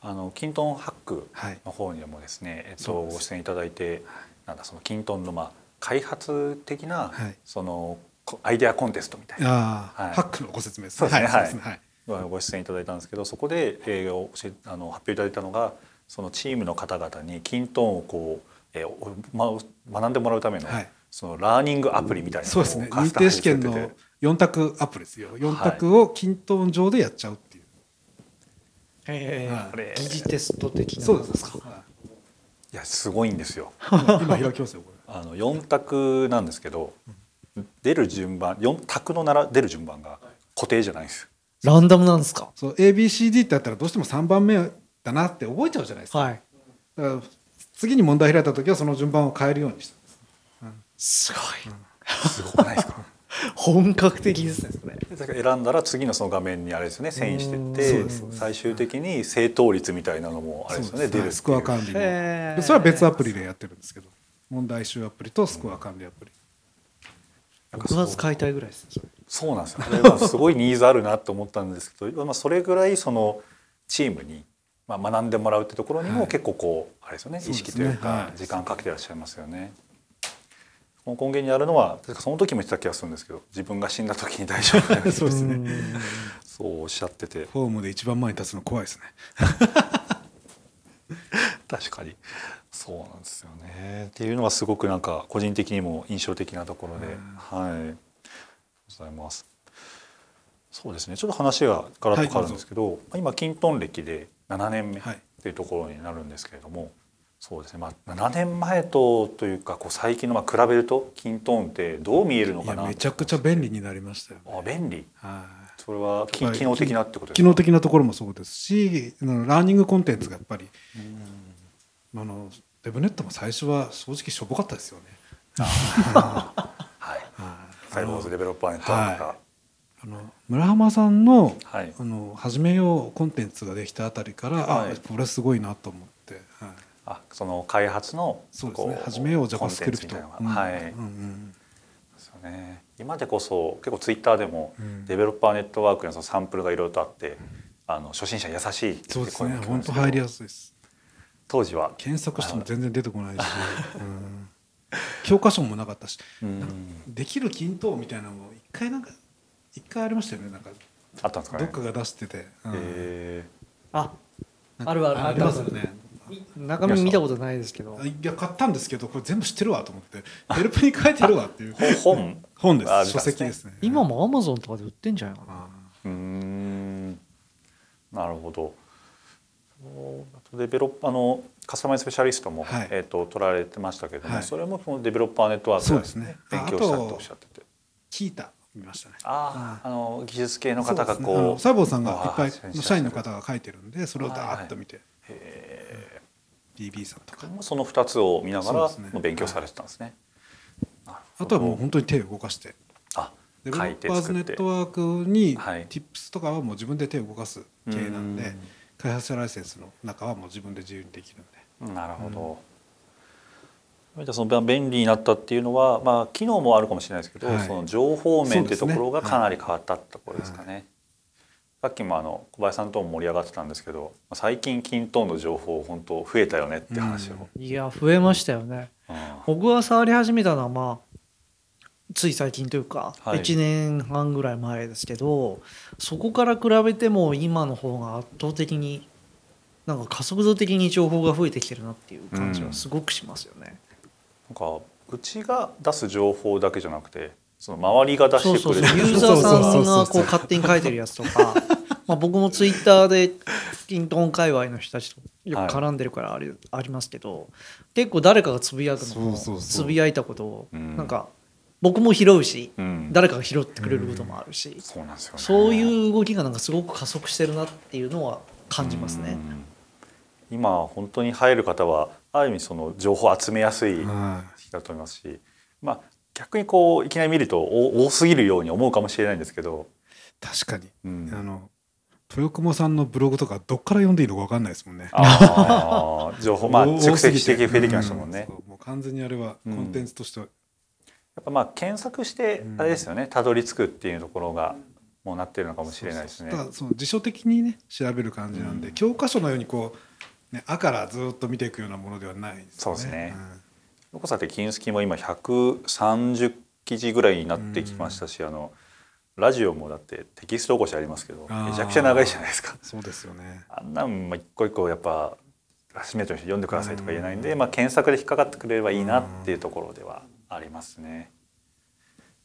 Speaker 1: あのキントンハック
Speaker 2: はい
Speaker 1: の方にもですね、えっと
Speaker 2: そうです
Speaker 1: ご出演いただいて、なんだそのキントンのまあ開発的な、
Speaker 2: はい
Speaker 1: そのこアイデアコンテストみたいな
Speaker 2: あー
Speaker 1: はい
Speaker 2: ハックのご説明です
Speaker 1: そうですね
Speaker 2: はいそうですねはい
Speaker 1: のご出演いただいたんですけど、そこで、えーおしあの発表いただいたのがそのチームの方々にキントンをこう、えーおま、学んでもらうための、
Speaker 2: はい
Speaker 1: そのラーニングアプリみたいなのを
Speaker 2: そうですね
Speaker 1: カス
Speaker 2: 認
Speaker 1: タム
Speaker 2: 定
Speaker 1: に
Speaker 2: 試験
Speaker 1: 作って
Speaker 2: の
Speaker 1: て
Speaker 2: 4択アップですよ4択を均等上でやっちゃうっていう、
Speaker 4: へ
Speaker 2: はい
Speaker 1: あれ
Speaker 4: え疑似テスト的な
Speaker 2: そうですはい
Speaker 1: やすごいんですよ。
Speaker 2: い今開きますよこれ
Speaker 1: あの四択なんですけど、出る順番四択のなら出る順番が固定じゃないんですよ。
Speaker 4: ランダムなんですか
Speaker 2: そう ABCD ってあったらどうしても3番目だなって覚えちゃうじゃないですか,、
Speaker 4: はい
Speaker 2: だから次に問題開いた時はその順番を変えるようにしたんです
Speaker 4: すごい
Speaker 1: すごくないですか。
Speaker 4: 本格的ですねそれ
Speaker 1: だから選んだら次のその画面にあれですよね遷移してっ
Speaker 2: そう
Speaker 1: て
Speaker 2: ですそうです
Speaker 1: 最終的に正答率みたいなのもあれですよね
Speaker 2: そう
Speaker 1: 出るっていう
Speaker 2: スコア管理も
Speaker 4: へー
Speaker 2: それは別アプリでやってるんですけど問題集アプリとスコア管理アプリ、
Speaker 1: なんか
Speaker 4: 僕
Speaker 1: そ
Speaker 4: は
Speaker 1: う
Speaker 4: 使いたいぐらいですねそれ
Speaker 1: そうなんですよあれはすごいニーズあるなと思ったんですけど、まあ、 *laughs* それぐらいそのチームに、まあ、学んでもらうってところにも
Speaker 2: はい
Speaker 1: 結構こうあれですよね
Speaker 2: そう
Speaker 1: 意
Speaker 2: ですね
Speaker 1: 識というか
Speaker 2: はい
Speaker 1: 時間かけてらっしゃいますよね。この根源にあるのは確かその時も言ってた気がするんですけど自分が死んだ時に大丈夫だよね
Speaker 2: *laughs* そうですね
Speaker 1: そうおっしゃってて
Speaker 2: フォームで一番前に立つの怖いですね
Speaker 1: 確かにそうなんですよねっていうのがすごくなんか個人的にも印象的なところで、はいございますそうですねちょっと話がガラッと変わるんですけど、まあ今キントン歴で7年目っ
Speaker 2: はい
Speaker 1: ていうところになるんですけれども、そうですね、まあ、7年前とというかこう最近のまあ比べるとキントンってどう見えるの
Speaker 2: い
Speaker 1: か
Speaker 2: や
Speaker 1: な
Speaker 2: めちゃくちゃ便利になりましたよ、ね
Speaker 1: あ便利
Speaker 2: はい
Speaker 1: それは機
Speaker 2: はい
Speaker 1: 機能的なってことです
Speaker 2: 機
Speaker 1: か
Speaker 2: 能的なところもそうですしあのラーニングコンテンツがやっぱりあのデブネットも最初は正直しょぼかったですよね
Speaker 1: はい
Speaker 2: はい
Speaker 1: サイボーズデベロッパーネットワークが
Speaker 2: は、あの村浜さんの,、
Speaker 1: はい
Speaker 2: あの始めようコンテンツができたあたりから、
Speaker 1: はい
Speaker 2: あこれすごいなと思って、はい
Speaker 1: あその開発の
Speaker 2: そうです
Speaker 1: こ
Speaker 2: ね始めよう JavaScript
Speaker 1: コンテンツみたいなのが、
Speaker 2: うん
Speaker 1: はい、
Speaker 2: うんうん
Speaker 1: ですよね今でこそ結構ツイッターでも
Speaker 2: うん
Speaker 1: デベロッパーネットワークのそのサンプルがいろいろとあって、あの初心者優しいって
Speaker 2: そうです
Speaker 1: 声
Speaker 2: ね
Speaker 1: も聞こえ
Speaker 2: 本
Speaker 1: ま
Speaker 2: 当
Speaker 1: すけど
Speaker 2: 入りやすいです
Speaker 1: 当時は、
Speaker 2: 検索しても全然出てこないし、うん、教科書もなかったし
Speaker 1: うん、
Speaker 2: できる均等みたいなのも一回なんか一回ありましたよねなんか
Speaker 1: あったんですか
Speaker 2: ど
Speaker 1: ね
Speaker 2: っかが出してて、うん
Speaker 1: え
Speaker 4: あ
Speaker 2: なんか
Speaker 4: あるある
Speaker 2: ありますよね
Speaker 4: い中身見たことないですけど
Speaker 2: あいや買ったんですけどこれ全部知ってるわと思ってヘルプに書いてるわっていう
Speaker 1: ー本
Speaker 2: 本です
Speaker 1: あ
Speaker 2: 書籍ですね
Speaker 4: 今もアマゾンとかで売ってんじゃないかな
Speaker 2: あ
Speaker 1: うーんなるほどそのデベロッパーのカスタマイズスペシャリストも、
Speaker 2: はい
Speaker 1: えー、と取られてましたけども、
Speaker 2: はい
Speaker 1: それもそのデベロッパーネットワーク
Speaker 2: そうですね
Speaker 1: 勉強した
Speaker 2: ああ
Speaker 1: と
Speaker 2: と
Speaker 1: おっしゃってて
Speaker 2: 聞いた見ましたね
Speaker 1: あああの技術系の
Speaker 2: そう
Speaker 1: 方
Speaker 2: で
Speaker 1: が
Speaker 2: すねあ
Speaker 1: こ
Speaker 2: の
Speaker 1: う
Speaker 2: サイボーさんがいっ
Speaker 1: あ
Speaker 2: ぱ
Speaker 1: あ
Speaker 2: いの社員の方が書いてるんでそれをダーッと見て
Speaker 1: へえ
Speaker 2: BB さんとか
Speaker 1: その2つを見なが
Speaker 2: そう
Speaker 1: ら
Speaker 2: ですね
Speaker 1: もう勉強されてたんですね。
Speaker 2: あとはもう本当に手を動かして
Speaker 1: あ
Speaker 2: デベロ
Speaker 1: 書い
Speaker 2: ッ
Speaker 1: て
Speaker 2: パーズ
Speaker 1: 作
Speaker 2: ネ
Speaker 1: って
Speaker 2: ットワークに
Speaker 1: はい
Speaker 2: Tips とかはもう自分で手を動かす系なん
Speaker 1: う
Speaker 2: で
Speaker 1: ん
Speaker 2: 開発者ライセンスの中はもう自分で自由にできるんで
Speaker 1: なるほど。じゃあその便利になったっていうのは、まあ、機能もあるかもしれないですけど、
Speaker 2: はい
Speaker 1: その情報面っていうところが
Speaker 2: そうですね
Speaker 1: かなり変わったってところですかね。
Speaker 2: は
Speaker 1: さっきもあの小林さんとも盛り上がってたんですけど最近均等の情報本当増えたよねって話を、
Speaker 2: うん
Speaker 4: いや増えましたよね
Speaker 1: うん
Speaker 4: 僕が触り始めたのはまあつい最近というか、
Speaker 1: はい
Speaker 4: 1年半ぐらい前ですけどそこから比べても今の方が圧倒的になんか加速度的に情報が増えてきてるなっていう感じはすごくしますよね。
Speaker 1: なんかうちが出す情報だけじゃなくてその周りが出
Speaker 4: そう
Speaker 1: して
Speaker 4: そう
Speaker 1: く
Speaker 4: そ
Speaker 1: れ
Speaker 4: う
Speaker 1: る *laughs*
Speaker 4: ユーザーさんがこう勝手に書いてるやつとかまあ僕もツイッターでキントン界隈の人たちとよく絡んでるからあり,、ありますけど結構誰かがつぶやくのも
Speaker 2: そうそうそう
Speaker 4: つぶやいたことを
Speaker 1: うん
Speaker 4: なんか僕も拾うし
Speaker 1: うん
Speaker 4: 誰かが拾ってくれることもあるし、
Speaker 1: そうなんですよね
Speaker 4: そういう動きがなんかすごく加速してるなっていうのは感じます
Speaker 1: う
Speaker 4: ね。
Speaker 1: ん今本当に入る方はある意味その情報を集めやすい
Speaker 2: は
Speaker 1: 時期だと思いますし、まあ、逆にこういきなり見るとお多すぎるように思うかもしれないんですけど、
Speaker 2: い確かに
Speaker 1: うん
Speaker 2: あの豊雲さんのブログとかどっから読んでいいのか分かんないですもんね。
Speaker 1: あ
Speaker 4: *laughs*
Speaker 1: ー情報まあ
Speaker 2: お
Speaker 1: 蓄積して
Speaker 2: 多すぎ
Speaker 1: 増えてきましたもんね。
Speaker 2: うそうもう完全にあれはコンテンツとしては、
Speaker 1: やっぱまあ検索して
Speaker 2: うん
Speaker 1: あれですよねたどり着くっていうところがもうなってるのかもしれないですね。
Speaker 2: だからその辞書的にね調べる感じなんで、
Speaker 1: うん
Speaker 2: 教科書のようにこう、ね、あからずっと見ていくようなものではないですね。
Speaker 1: そうですね横さて金スキも今130記事ぐらいになってきましたし、あのラジオもだってテキスト起こしありますけど
Speaker 2: あー
Speaker 1: めちゃくちゃ長いじゃないですか
Speaker 2: うん。そうですよね。
Speaker 1: あんなんまあ一個一個やっぱ初めての人読んでくださいとか言えないんで、まあ、検索で引っかかってくれればいいなっていうところではありますね。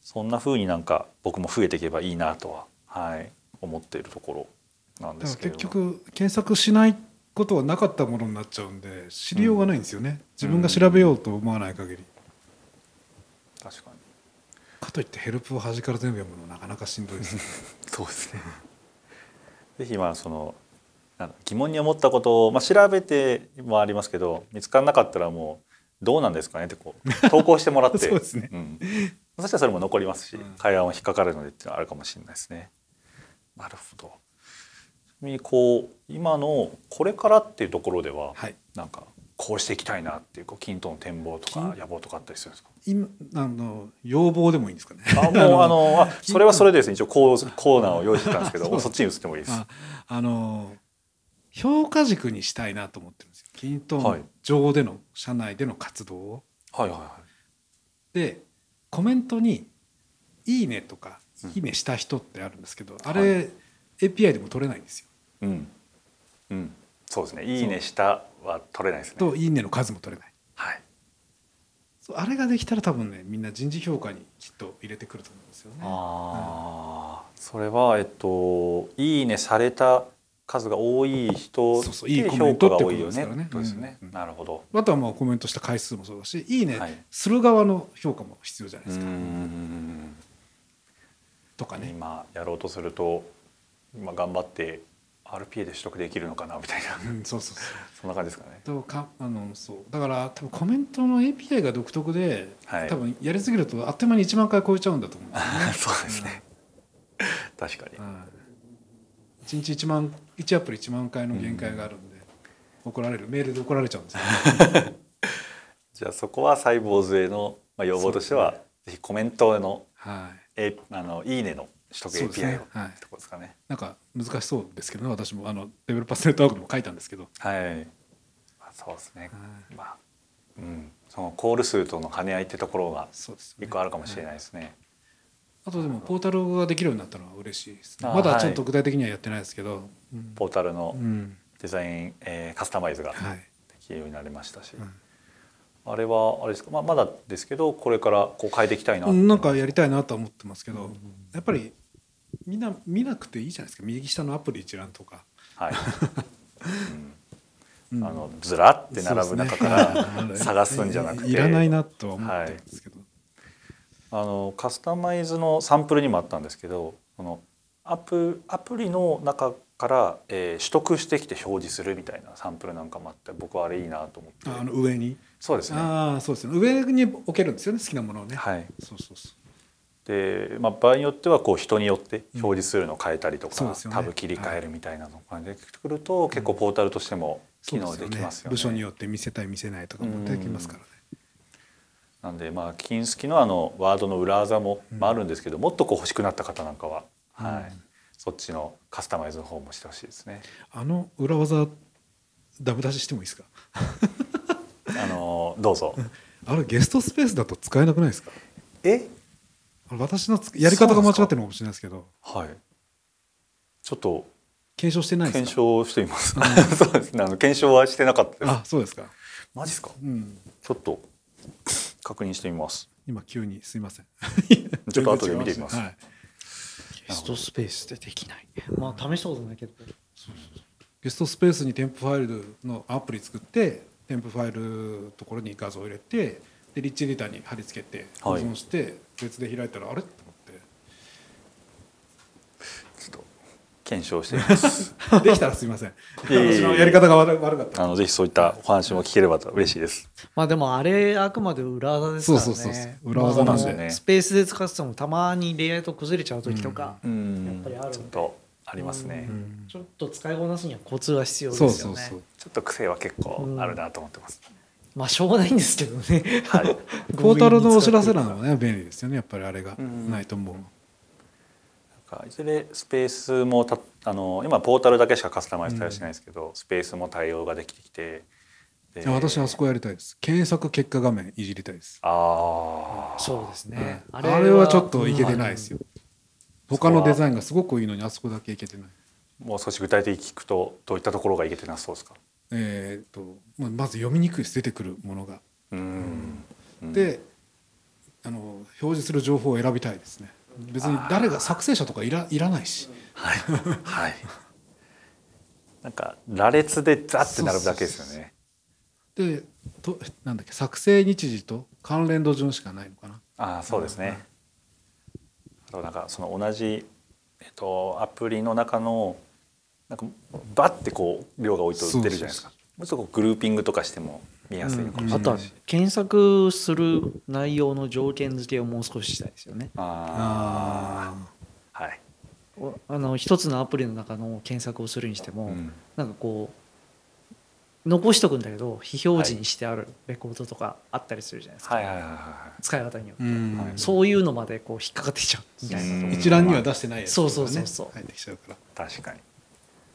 Speaker 1: そんな風になんか僕も増えていけばいいなとは、はい、思っているところなんで
Speaker 2: だから
Speaker 1: すけれ
Speaker 2: 結
Speaker 1: ども
Speaker 2: 局検索しないことはなかったものになっちゃうんで知りようがないんですよね、自分が調べようと思わない限り。
Speaker 1: 確かに
Speaker 2: かといってヘルプを端から全部読むのなかなかしんどいですね。
Speaker 1: *laughs* そうですね。ぜひまあそのあの疑問に思ったことを、まあ、調べてもありますけど見つからなかったらもうどうなんですかねってこ
Speaker 2: *laughs*
Speaker 1: う投稿してもらって
Speaker 2: そうですね
Speaker 1: んそしたらそれも残りますし、
Speaker 2: うん
Speaker 1: 会話も引っかかるのでっていうのはあるかもしれないですね。なるほど。ちなみにこう今のこれからっていうところでは、
Speaker 2: はい
Speaker 1: なんかこうしていきたいなっていうこう均等の展望とか
Speaker 2: 均
Speaker 1: 野望とかあったりするんですか
Speaker 2: 今あの要望でもいいんですかね。
Speaker 1: あもうあのあそれはそれでですね一応こうコーナーを用意してたんですけど
Speaker 2: *laughs* そう
Speaker 1: もうそっちに移ってもいいです。
Speaker 2: ああの評価軸にしたいなと思ってるんですよ。均
Speaker 1: は
Speaker 2: 等
Speaker 1: い
Speaker 2: 上での社内での活動を、
Speaker 1: はいはいはい。
Speaker 2: でコメントに「いいね」とか
Speaker 1: うん
Speaker 2: 「いいね」した人ってあるんですけど、あ
Speaker 1: は
Speaker 2: れ API でも取れないんですよ。
Speaker 1: うん、うん、そうですね。いいねしたは取れないですね。
Speaker 2: と「いいね」の数も取れない。
Speaker 1: はい。
Speaker 2: そうあれができたら多分ねみんな人事評価にきっと入れてくると思うんですよね。
Speaker 1: ああ、それはえっといいねされた数が多い人
Speaker 2: そうそういい
Speaker 1: で
Speaker 2: コメ
Speaker 1: 評
Speaker 2: ント
Speaker 1: 価
Speaker 2: っ
Speaker 1: が
Speaker 2: て
Speaker 1: 多
Speaker 2: こと
Speaker 1: いよ
Speaker 2: です
Speaker 1: ね
Speaker 2: からね。
Speaker 1: そうですね。
Speaker 2: うん
Speaker 1: なるほど。
Speaker 2: あとはまあコメントした回数もそうだし「いいね
Speaker 1: はい」
Speaker 2: する側の評価も必要じゃないうですか。
Speaker 1: ん。
Speaker 2: とかね。
Speaker 1: 今やろうとすると今頑張って RPA で取得できるのかなみたい
Speaker 2: *laughs*
Speaker 1: な
Speaker 2: うん、そうそうそう
Speaker 1: そんな感じですかね。
Speaker 2: とかあのそうだから多分コメントの API が独特で、
Speaker 1: はい
Speaker 2: 多分やりすぎるとあっという間に1万回超えちゃうんだと思うんですよ
Speaker 1: そうですね。確かに。
Speaker 2: ね。1日1万1アプリ1万回の限界があるんで、怒られるメールで怒られちゃうんですよ
Speaker 1: じゃあそこは細胞杖の、まあ、要望としては、
Speaker 2: そう
Speaker 1: ぜひコメントの
Speaker 2: はい
Speaker 1: えあのいいねの取
Speaker 2: そ
Speaker 1: 得
Speaker 2: うですね
Speaker 1: API をって
Speaker 2: はい
Speaker 1: とこですかね。
Speaker 2: なんか難しそうですけどね私もあのデベロッパーセネットワークでも書いたんですけど、
Speaker 1: はい。まあ、そうですね。
Speaker 2: はい
Speaker 1: まあ、うん、そのコール数との兼ね合いってところが
Speaker 2: そうですよね
Speaker 1: 一個あるかもしれない
Speaker 2: は
Speaker 1: ですね。
Speaker 2: あとでもポータルができるようになったのは嬉しいですね
Speaker 1: あー
Speaker 2: まだちょっと具体的にはやってないですけど、うん
Speaker 1: ポータルの
Speaker 2: うん
Speaker 1: デザイン、えーカスタマイズがで
Speaker 2: はい、
Speaker 1: きるようになりましたし、
Speaker 2: うん
Speaker 1: あれはあれですか、まあまだですけどこれからこう変えていきたいな。
Speaker 2: うんなんかやりたいなとは思ってますけど、
Speaker 1: うんうん
Speaker 2: やっぱりみんな見なくていいじゃないですか右下のアプリ一覧とか、
Speaker 1: はい。
Speaker 2: う
Speaker 1: うんんあのずらって並ぶ中から、
Speaker 2: そうですね
Speaker 1: 探すんじゃなくて
Speaker 2: いいらないなとは思ってるんですけど、
Speaker 1: あのカスタマイズのサンプルにもあったんですけどこのアプアプリの中から、えー取得してきて表示するみたいなサンプルなんかもあって僕はあれいいなと思って
Speaker 2: ああの上に、
Speaker 1: そうですね
Speaker 2: ああそうですね上に置けるんですよね好きなものをね、
Speaker 1: はい
Speaker 2: そうそうそう
Speaker 1: で、まあ、場合によってはこう人によって表示するのを変えたりと
Speaker 2: そう
Speaker 1: か、
Speaker 2: ですよね
Speaker 1: タブ切り替えるみたいなのが出てくると、結構ポータルとしても機能できますよね。
Speaker 2: 部署によって見せたい見せないとかもできますからね。
Speaker 1: なんでまあ金スキのあのワードの裏技も
Speaker 2: うん
Speaker 1: まああるんですけど、もっとこう欲しくなった方なんかは、は
Speaker 2: う
Speaker 1: い
Speaker 2: ん、
Speaker 1: そっちのカスタマイズの方もしてほしいですね。
Speaker 2: あの裏技ダブ出ししてもいいですか。
Speaker 1: あのどうぞ。
Speaker 2: あれゲストスペースだと使えなくないですか。
Speaker 1: え
Speaker 2: あれ私のつやり方が間違ってるのかもしれないですけど、
Speaker 1: はい。ちょっと
Speaker 2: 検証してないで
Speaker 1: 検
Speaker 2: すか。
Speaker 1: 証してみます。 *laughs* そうですね。あの検証はしてなかったです。
Speaker 2: あ、そうですか。
Speaker 1: マジですか。
Speaker 2: うん。
Speaker 1: ちょっと確認してみます。
Speaker 2: 今急にすいません。
Speaker 1: ちょっと後で見てみます
Speaker 2: はい。
Speaker 4: ゲストスペースでできないまあ試したことないけど
Speaker 2: ゲストスペースに添付ファイルのアプリ作って添付ファイルのところに画像を入れてでリッチエディターに貼り付けて保
Speaker 1: はい
Speaker 2: 存して、別で開いたらあれと思
Speaker 1: ちょっと検証してみ
Speaker 2: *laughs*
Speaker 1: ます。
Speaker 2: ってできたらすいません
Speaker 1: いえいえいえ
Speaker 2: 私のやり方が悪悪かった
Speaker 1: あのぜひそういったお話も聞ければと嬉しいです。
Speaker 4: まあでもあれあくまで裏技ですからね
Speaker 2: そうそうそうそう裏技
Speaker 1: なんでね
Speaker 4: まあスペースで使っててもたまにレイアウト崩れちゃう時とか、
Speaker 1: うん。
Speaker 4: やっぱりあるんで
Speaker 1: ちょっとありますね。
Speaker 4: うん
Speaker 2: うん
Speaker 4: ちょっと使いこなすにはコツは必要です
Speaker 2: そう
Speaker 4: よね
Speaker 2: そうそう
Speaker 1: ちょっと癖は結構あるなと思ってます。
Speaker 4: まあしょうがないんですけどね *laughs*
Speaker 1: はい。
Speaker 2: ポータルのお知らせ欄はね便利ですよねやっぱりあれが
Speaker 1: うん
Speaker 2: ないともう、
Speaker 1: なんかいずれスペースもたあの今ポータルだけしかカスタマイズ対応してないですけど、スペースも対応ができてきてで
Speaker 2: いや私あそこやりたいです検索結果画面いじりたいです、
Speaker 1: ああ
Speaker 4: そうですね、
Speaker 2: あれはちょっといけてないですよ、他のデザインがすごくいいのにあそこだけいけてない
Speaker 1: もう少し具体的に聞くとどういったところがいけてなさそうですか
Speaker 2: えー、とまあまず読みにくいです出てくるものが
Speaker 1: うん、
Speaker 2: であの表示する情報を選びたいですね別に誰が作成者とかいらいらないし
Speaker 1: はい、 *laughs* はい、なんか羅列でザって並ぶだけですよね
Speaker 2: でとなんだっけ作成日時と関連度順しかないのかな
Speaker 1: ああそうですね、あとなんかその同じ、えっと、アプリの中のなんかバッてこう量が多いと出るじゃないですかもうちょっとこうグルーピングとかしても見やすいのかもしれ
Speaker 4: あと
Speaker 1: な
Speaker 4: はい
Speaker 1: し、
Speaker 4: 検索する内容の条件付けをもう少ししたいですよね。
Speaker 1: ああはい、
Speaker 4: おあの一つのアプリの中の検索をするにしても、
Speaker 1: うん
Speaker 4: なんかこう残しとくんだけど非表示にしてあるレコードとかあったりするじゃないですか、
Speaker 1: はいはいはいは
Speaker 4: 使い方によって、
Speaker 2: うん
Speaker 1: はい
Speaker 4: そういうのまでこう引っかかってきちゃうみたいなとこ
Speaker 1: うん
Speaker 2: 一覧には出してないやつとかね
Speaker 4: そうそうそうそう
Speaker 2: 入ってきちゃうから
Speaker 1: い確かに、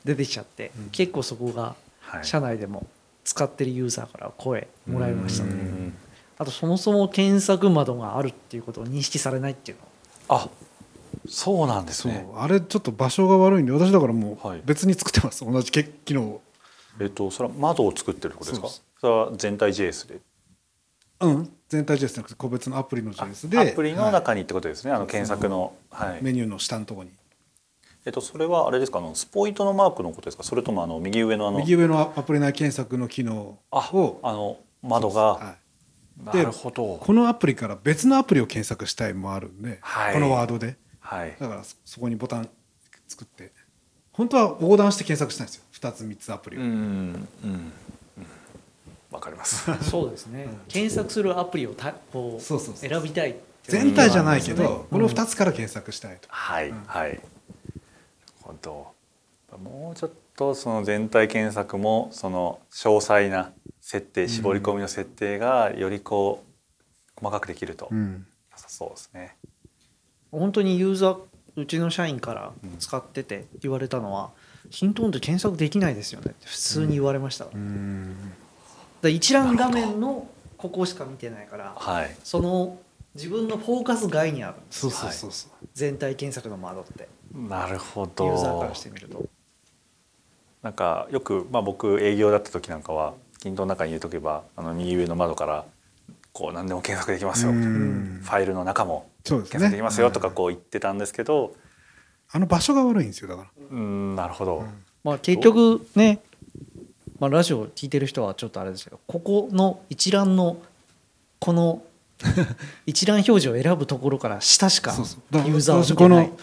Speaker 4: 出てきちゃって、
Speaker 2: うん
Speaker 4: 結構そこが
Speaker 1: はい、
Speaker 4: 社内でも使ってるユーザーから声もらいましたね、
Speaker 1: うん
Speaker 4: あとそもそも検索窓があるっていうことを認識されないっていうの
Speaker 1: あそうなんです
Speaker 2: そう
Speaker 1: ね
Speaker 2: あれちょっと場所が悪いんで私だからも
Speaker 1: はいう
Speaker 2: 別に作ってます、同じけ機能を
Speaker 1: えっとそれは窓を作ってるってことですか
Speaker 2: そう
Speaker 1: それは全体 JS で
Speaker 2: うん全体 JS じゃなくて個別のアプリの JS で
Speaker 1: あアプリの
Speaker 2: はい
Speaker 1: 中にってことですね、あの検索のはい
Speaker 2: メニューの下のところに
Speaker 1: えっと、それはあれですかあのスポイトのマークのことですかそれともあの右上のあの
Speaker 2: 右上のアプリ内検索の機能
Speaker 1: あ
Speaker 2: を
Speaker 1: あの窓が、
Speaker 2: は
Speaker 1: ない
Speaker 2: で
Speaker 1: るほど
Speaker 2: このアプリから別のアプリを検索したいもあるんで、
Speaker 1: はい
Speaker 2: このワードで
Speaker 1: はい
Speaker 2: だからそそこにボタン作って本当は横断して検索したいんですよ2つ3つアプリを、
Speaker 1: うんうんうんわかります
Speaker 4: そうですね、検索するアプリをたこう
Speaker 2: そうそうそう
Speaker 4: 選びたいっていうの
Speaker 2: 全体じゃないけど、
Speaker 4: うん
Speaker 2: この2つから検索したいと、
Speaker 1: はい、
Speaker 2: うん
Speaker 1: はいなるほどもうちょっとその全体検索もその詳細な設定絞り込みの設定がよりこう細かくできると
Speaker 2: う
Speaker 1: 良
Speaker 2: ん
Speaker 1: さそうですね。
Speaker 4: 本当にユーザーうちの社員から使ってて言われたのは「キントーンって検索できないですよね」って普通に言われました、
Speaker 2: う
Speaker 4: だか
Speaker 2: ん
Speaker 4: ら一覧画面のここしか見てないから
Speaker 1: はい。
Speaker 4: その自分のフォーカス外にあるんで
Speaker 2: そ
Speaker 4: す
Speaker 2: う
Speaker 4: よ
Speaker 2: そうそうそう、
Speaker 4: 全体検索の窓って
Speaker 1: なるほ
Speaker 4: ユーザー
Speaker 1: ど
Speaker 4: から。してみると
Speaker 1: なんかよくまあ僕営業だった時なんかは均等の中に入れとけばあの右上の窓からこう何でも検索できますよ。
Speaker 2: う
Speaker 1: フ
Speaker 2: ん
Speaker 1: ァイルの中も
Speaker 2: そうです
Speaker 1: 検索
Speaker 2: ね
Speaker 1: できますよとか
Speaker 2: うん
Speaker 1: こう言ってたんですけど、
Speaker 2: あの場所が悪いんですよだから
Speaker 1: うんなるほど。
Speaker 4: まあ結局ね、まあ、ラジオ聞いてる人はちょっとあれですけどここの一覧の
Speaker 2: *laughs*
Speaker 4: この一覧表示を選ぶところから下しか
Speaker 2: そうそう
Speaker 4: ユ
Speaker 2: だから
Speaker 4: ーザーは
Speaker 2: 私
Speaker 4: 見て
Speaker 2: こ
Speaker 4: ない
Speaker 2: の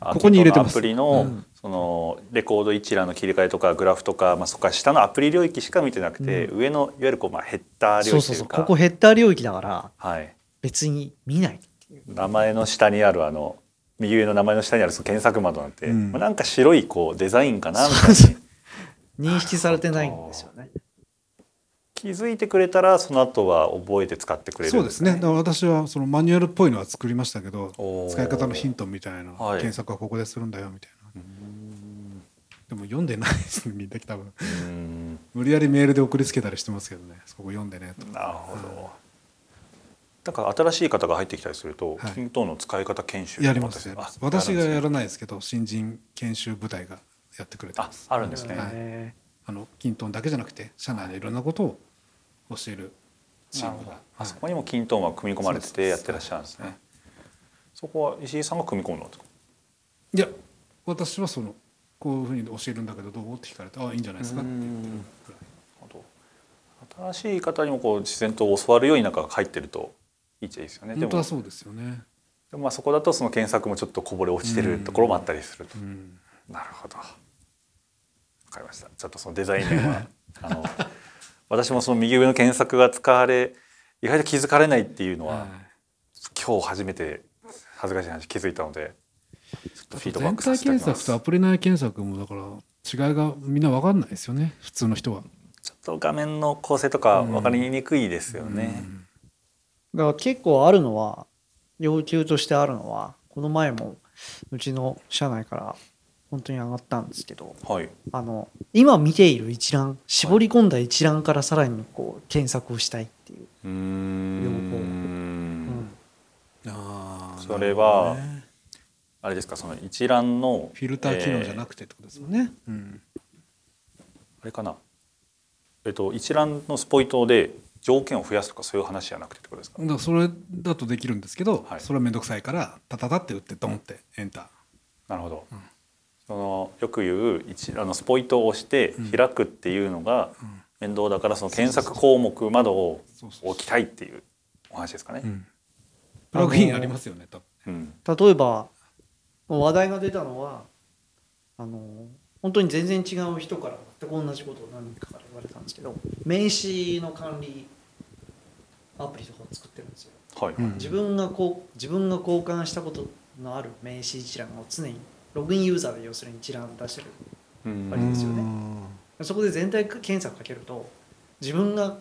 Speaker 2: ここに入れてます
Speaker 1: アプリの,、
Speaker 4: うん
Speaker 1: そのレコード一覧の切り替えとかグラフとか、まあ、そこから下のアプリ領域しか見てなくて、上のいわゆるこう、まあ、ヘッダー領
Speaker 4: そう
Speaker 1: 域と
Speaker 4: そう
Speaker 1: い
Speaker 4: そうう
Speaker 1: か
Speaker 4: ここヘッダー領域だから
Speaker 1: はい、
Speaker 4: 別に見ない
Speaker 1: 名前の下にあるあの右上の名前の下にあるその検索窓なんて、
Speaker 2: うん
Speaker 1: まあ、なんか白いこうデザインかなみたい
Speaker 4: そう
Speaker 1: に
Speaker 4: *laughs* 認識されてないんですよね
Speaker 1: 気づいてくれたらその後は覚えて使ってくれる
Speaker 2: そうですねだから私はそのマニュアルっぽいのは作りましたけど
Speaker 1: おー
Speaker 2: 使い方のヒントみたいな、
Speaker 1: はい
Speaker 2: 検索はここでするんだよみたいなでも読んでないですねみんな多分
Speaker 1: うん
Speaker 2: 無理やりメールで送りつけたりしてますけどねそこ読んでねと
Speaker 1: なるほど。だから新しい方が入ってきたりすると、
Speaker 2: はい
Speaker 1: 均等の使い方研修
Speaker 2: やります
Speaker 1: ね
Speaker 2: よ私が
Speaker 1: るんです
Speaker 2: や
Speaker 1: ね
Speaker 2: らないですけど新人研修部隊がやってくれて
Speaker 1: あ
Speaker 2: ますあ
Speaker 1: あるんですね、
Speaker 2: はい
Speaker 4: え
Speaker 2: のキントンだけじゃなくて社内でいろんなことを教えるチ
Speaker 1: な
Speaker 2: ー
Speaker 1: るほ
Speaker 2: ム
Speaker 1: ど
Speaker 2: が
Speaker 1: あそこにも均等は組み込まれててやってらっしゃるんですね。そこは石井さんが組み込むのですか。
Speaker 2: いや私はそのこういうふうに教えるんだけどどうって聞かれてあいいんじゃないですかって言ってるくらい
Speaker 1: なるほど新しい方にもこう自然と教わるようになんか入ってるといいっちゃいいですよね。で
Speaker 2: 本
Speaker 1: も
Speaker 2: 当はそうですよね
Speaker 1: でもまあそこだとその検索もちょっとこぼれ落ちてるところもあったりすると。
Speaker 2: うん
Speaker 1: なるほど。わかりました。ちょっとそのデザイン面はあの *laughs* 私もその右上の検索が使われ意外と気づかれないっていうのは、
Speaker 2: はい
Speaker 1: 今日初めて恥ずかしい話気づいたので。ちょっとフィードバッ
Speaker 2: 全
Speaker 1: クさ
Speaker 2: 体
Speaker 1: せていただ
Speaker 2: 検
Speaker 1: きま
Speaker 2: 索
Speaker 1: す
Speaker 2: とアプリ内検索もだから違いがみんな分かんないですよね普通の人は。
Speaker 1: ちょっと画面の構成とか分かりにくいですよね。
Speaker 4: だから結構あるのは要求としてあるのはこの前もうちの社内から本当に上がったんですけど
Speaker 1: はい。
Speaker 4: あの今見ている一覧絞り込んだ一覧からさらにこう検索をしたいっていう、
Speaker 1: うー
Speaker 4: うんん。
Speaker 2: あ
Speaker 1: それはあれですか、その一覧の
Speaker 2: フィルター機能じゃな
Speaker 1: て、
Speaker 2: くてってことですもんね。うん
Speaker 1: えーあれかな。えっと一覧のスポイトで条件を増やすとかそういう話じゃなくてってことですか。
Speaker 2: だからそれだとできるんですけど、
Speaker 1: はい
Speaker 2: それは面倒くさいからタタタって打ってドンってエンター。
Speaker 1: なるほど。
Speaker 2: うん
Speaker 1: そのよく言う一あのスポイトを押して開くっていうのが
Speaker 2: ん
Speaker 1: 面倒だからその検索項目窓を
Speaker 2: そうそうそう
Speaker 1: 置きたいっていうお話ですかね。
Speaker 2: プラグインありますよね多分。
Speaker 1: うん。
Speaker 4: 例えば話題が出たのはあの本当に全然違う人から全く同じことを何人かから言われたんですけど名刺の管理アプリとかを作ってるんですよ
Speaker 1: はい。
Speaker 2: うん
Speaker 4: 自分がこう自分が交換したことのある名刺一覧を常にログインユーザーで要するに一覧出してる
Speaker 1: うん
Speaker 4: ありますよねそこで全体検索かけると自分が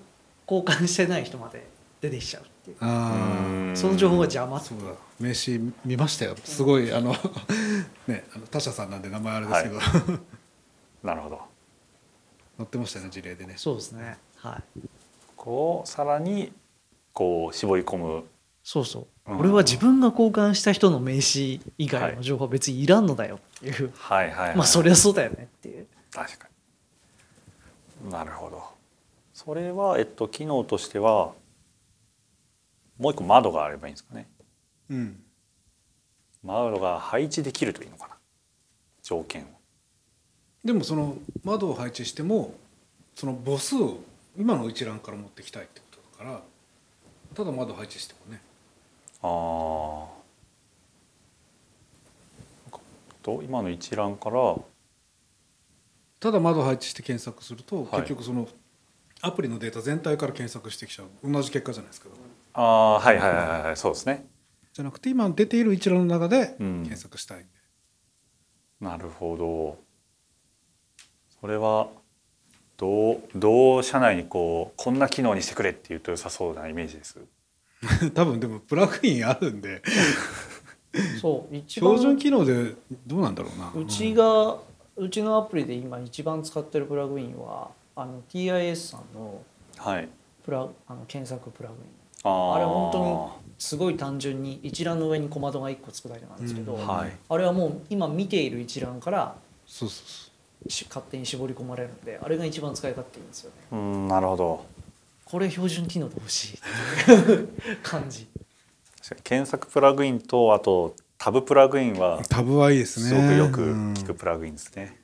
Speaker 4: 交換してない人まで出てきちゃうっていう
Speaker 2: あ
Speaker 4: その情報が邪
Speaker 2: あ
Speaker 4: 魔って
Speaker 2: そ
Speaker 4: いうう
Speaker 2: だ名刺見ましたよすごいあの *laughs* ねあの他社さんなんで名前あれですけど、 *laughs* 載
Speaker 1: なるほど。
Speaker 2: ってましたね事例でね。
Speaker 4: そうですねはい
Speaker 1: こうさらにこう絞り込む
Speaker 4: そうそう、
Speaker 1: うん
Speaker 4: 俺は自分が交換した人の名刺以外の情報は別にいらんのだよっていう、
Speaker 1: はいはい、はい、
Speaker 4: まあそりゃそうだよねっていう
Speaker 1: 確かになるほどそれはえっと機能としてはもう一個窓があればいいんですかね
Speaker 2: うん
Speaker 1: 窓が配置できるといいのかな条件を
Speaker 2: でもその窓を配置してもその母数を今の一覧から持ってきたいってことだからただ窓を配置してもね
Speaker 1: ああと今の一覧から
Speaker 2: ただ窓を配置して検索すると、
Speaker 1: はい
Speaker 2: 結局そのアプリのデータ全体から検索してきちゃう同じ結果じゃないですか
Speaker 1: ああはいはいはいはいそうですね
Speaker 2: じゃなくて今出ている一覧の中で *laughs*
Speaker 1: うん
Speaker 2: 検索したい、
Speaker 1: なるほどこれはどうどう社内にこうこんな機能にしてくれって言うと良さそうなイメージです。
Speaker 2: 多分でもプラグインあるんで
Speaker 4: そう一番
Speaker 2: 標準機能でどうなんだろうな
Speaker 4: うちがうちのアプリで今一番使ってるプラグインはあの TIS さんの
Speaker 1: はい。
Speaker 4: プラあの検索プラグイン
Speaker 1: あー
Speaker 4: あれ本すごい単純に一覧の上に小窓が1個つくだけなんですけど、
Speaker 2: うん
Speaker 1: はい
Speaker 4: あれはもう今見ている一覧から
Speaker 2: そうそうそ
Speaker 4: し勝手に絞り込まれるんであれが一番使い勝手いいんですよね
Speaker 1: うんなるほど。
Speaker 4: これ標準機能で欲しいっていう感じ
Speaker 1: 確かに検索プラグインとあとタブプラグインは
Speaker 2: うタブはいいですね
Speaker 1: すごくよく
Speaker 2: うん
Speaker 1: 聞くプラグインですね。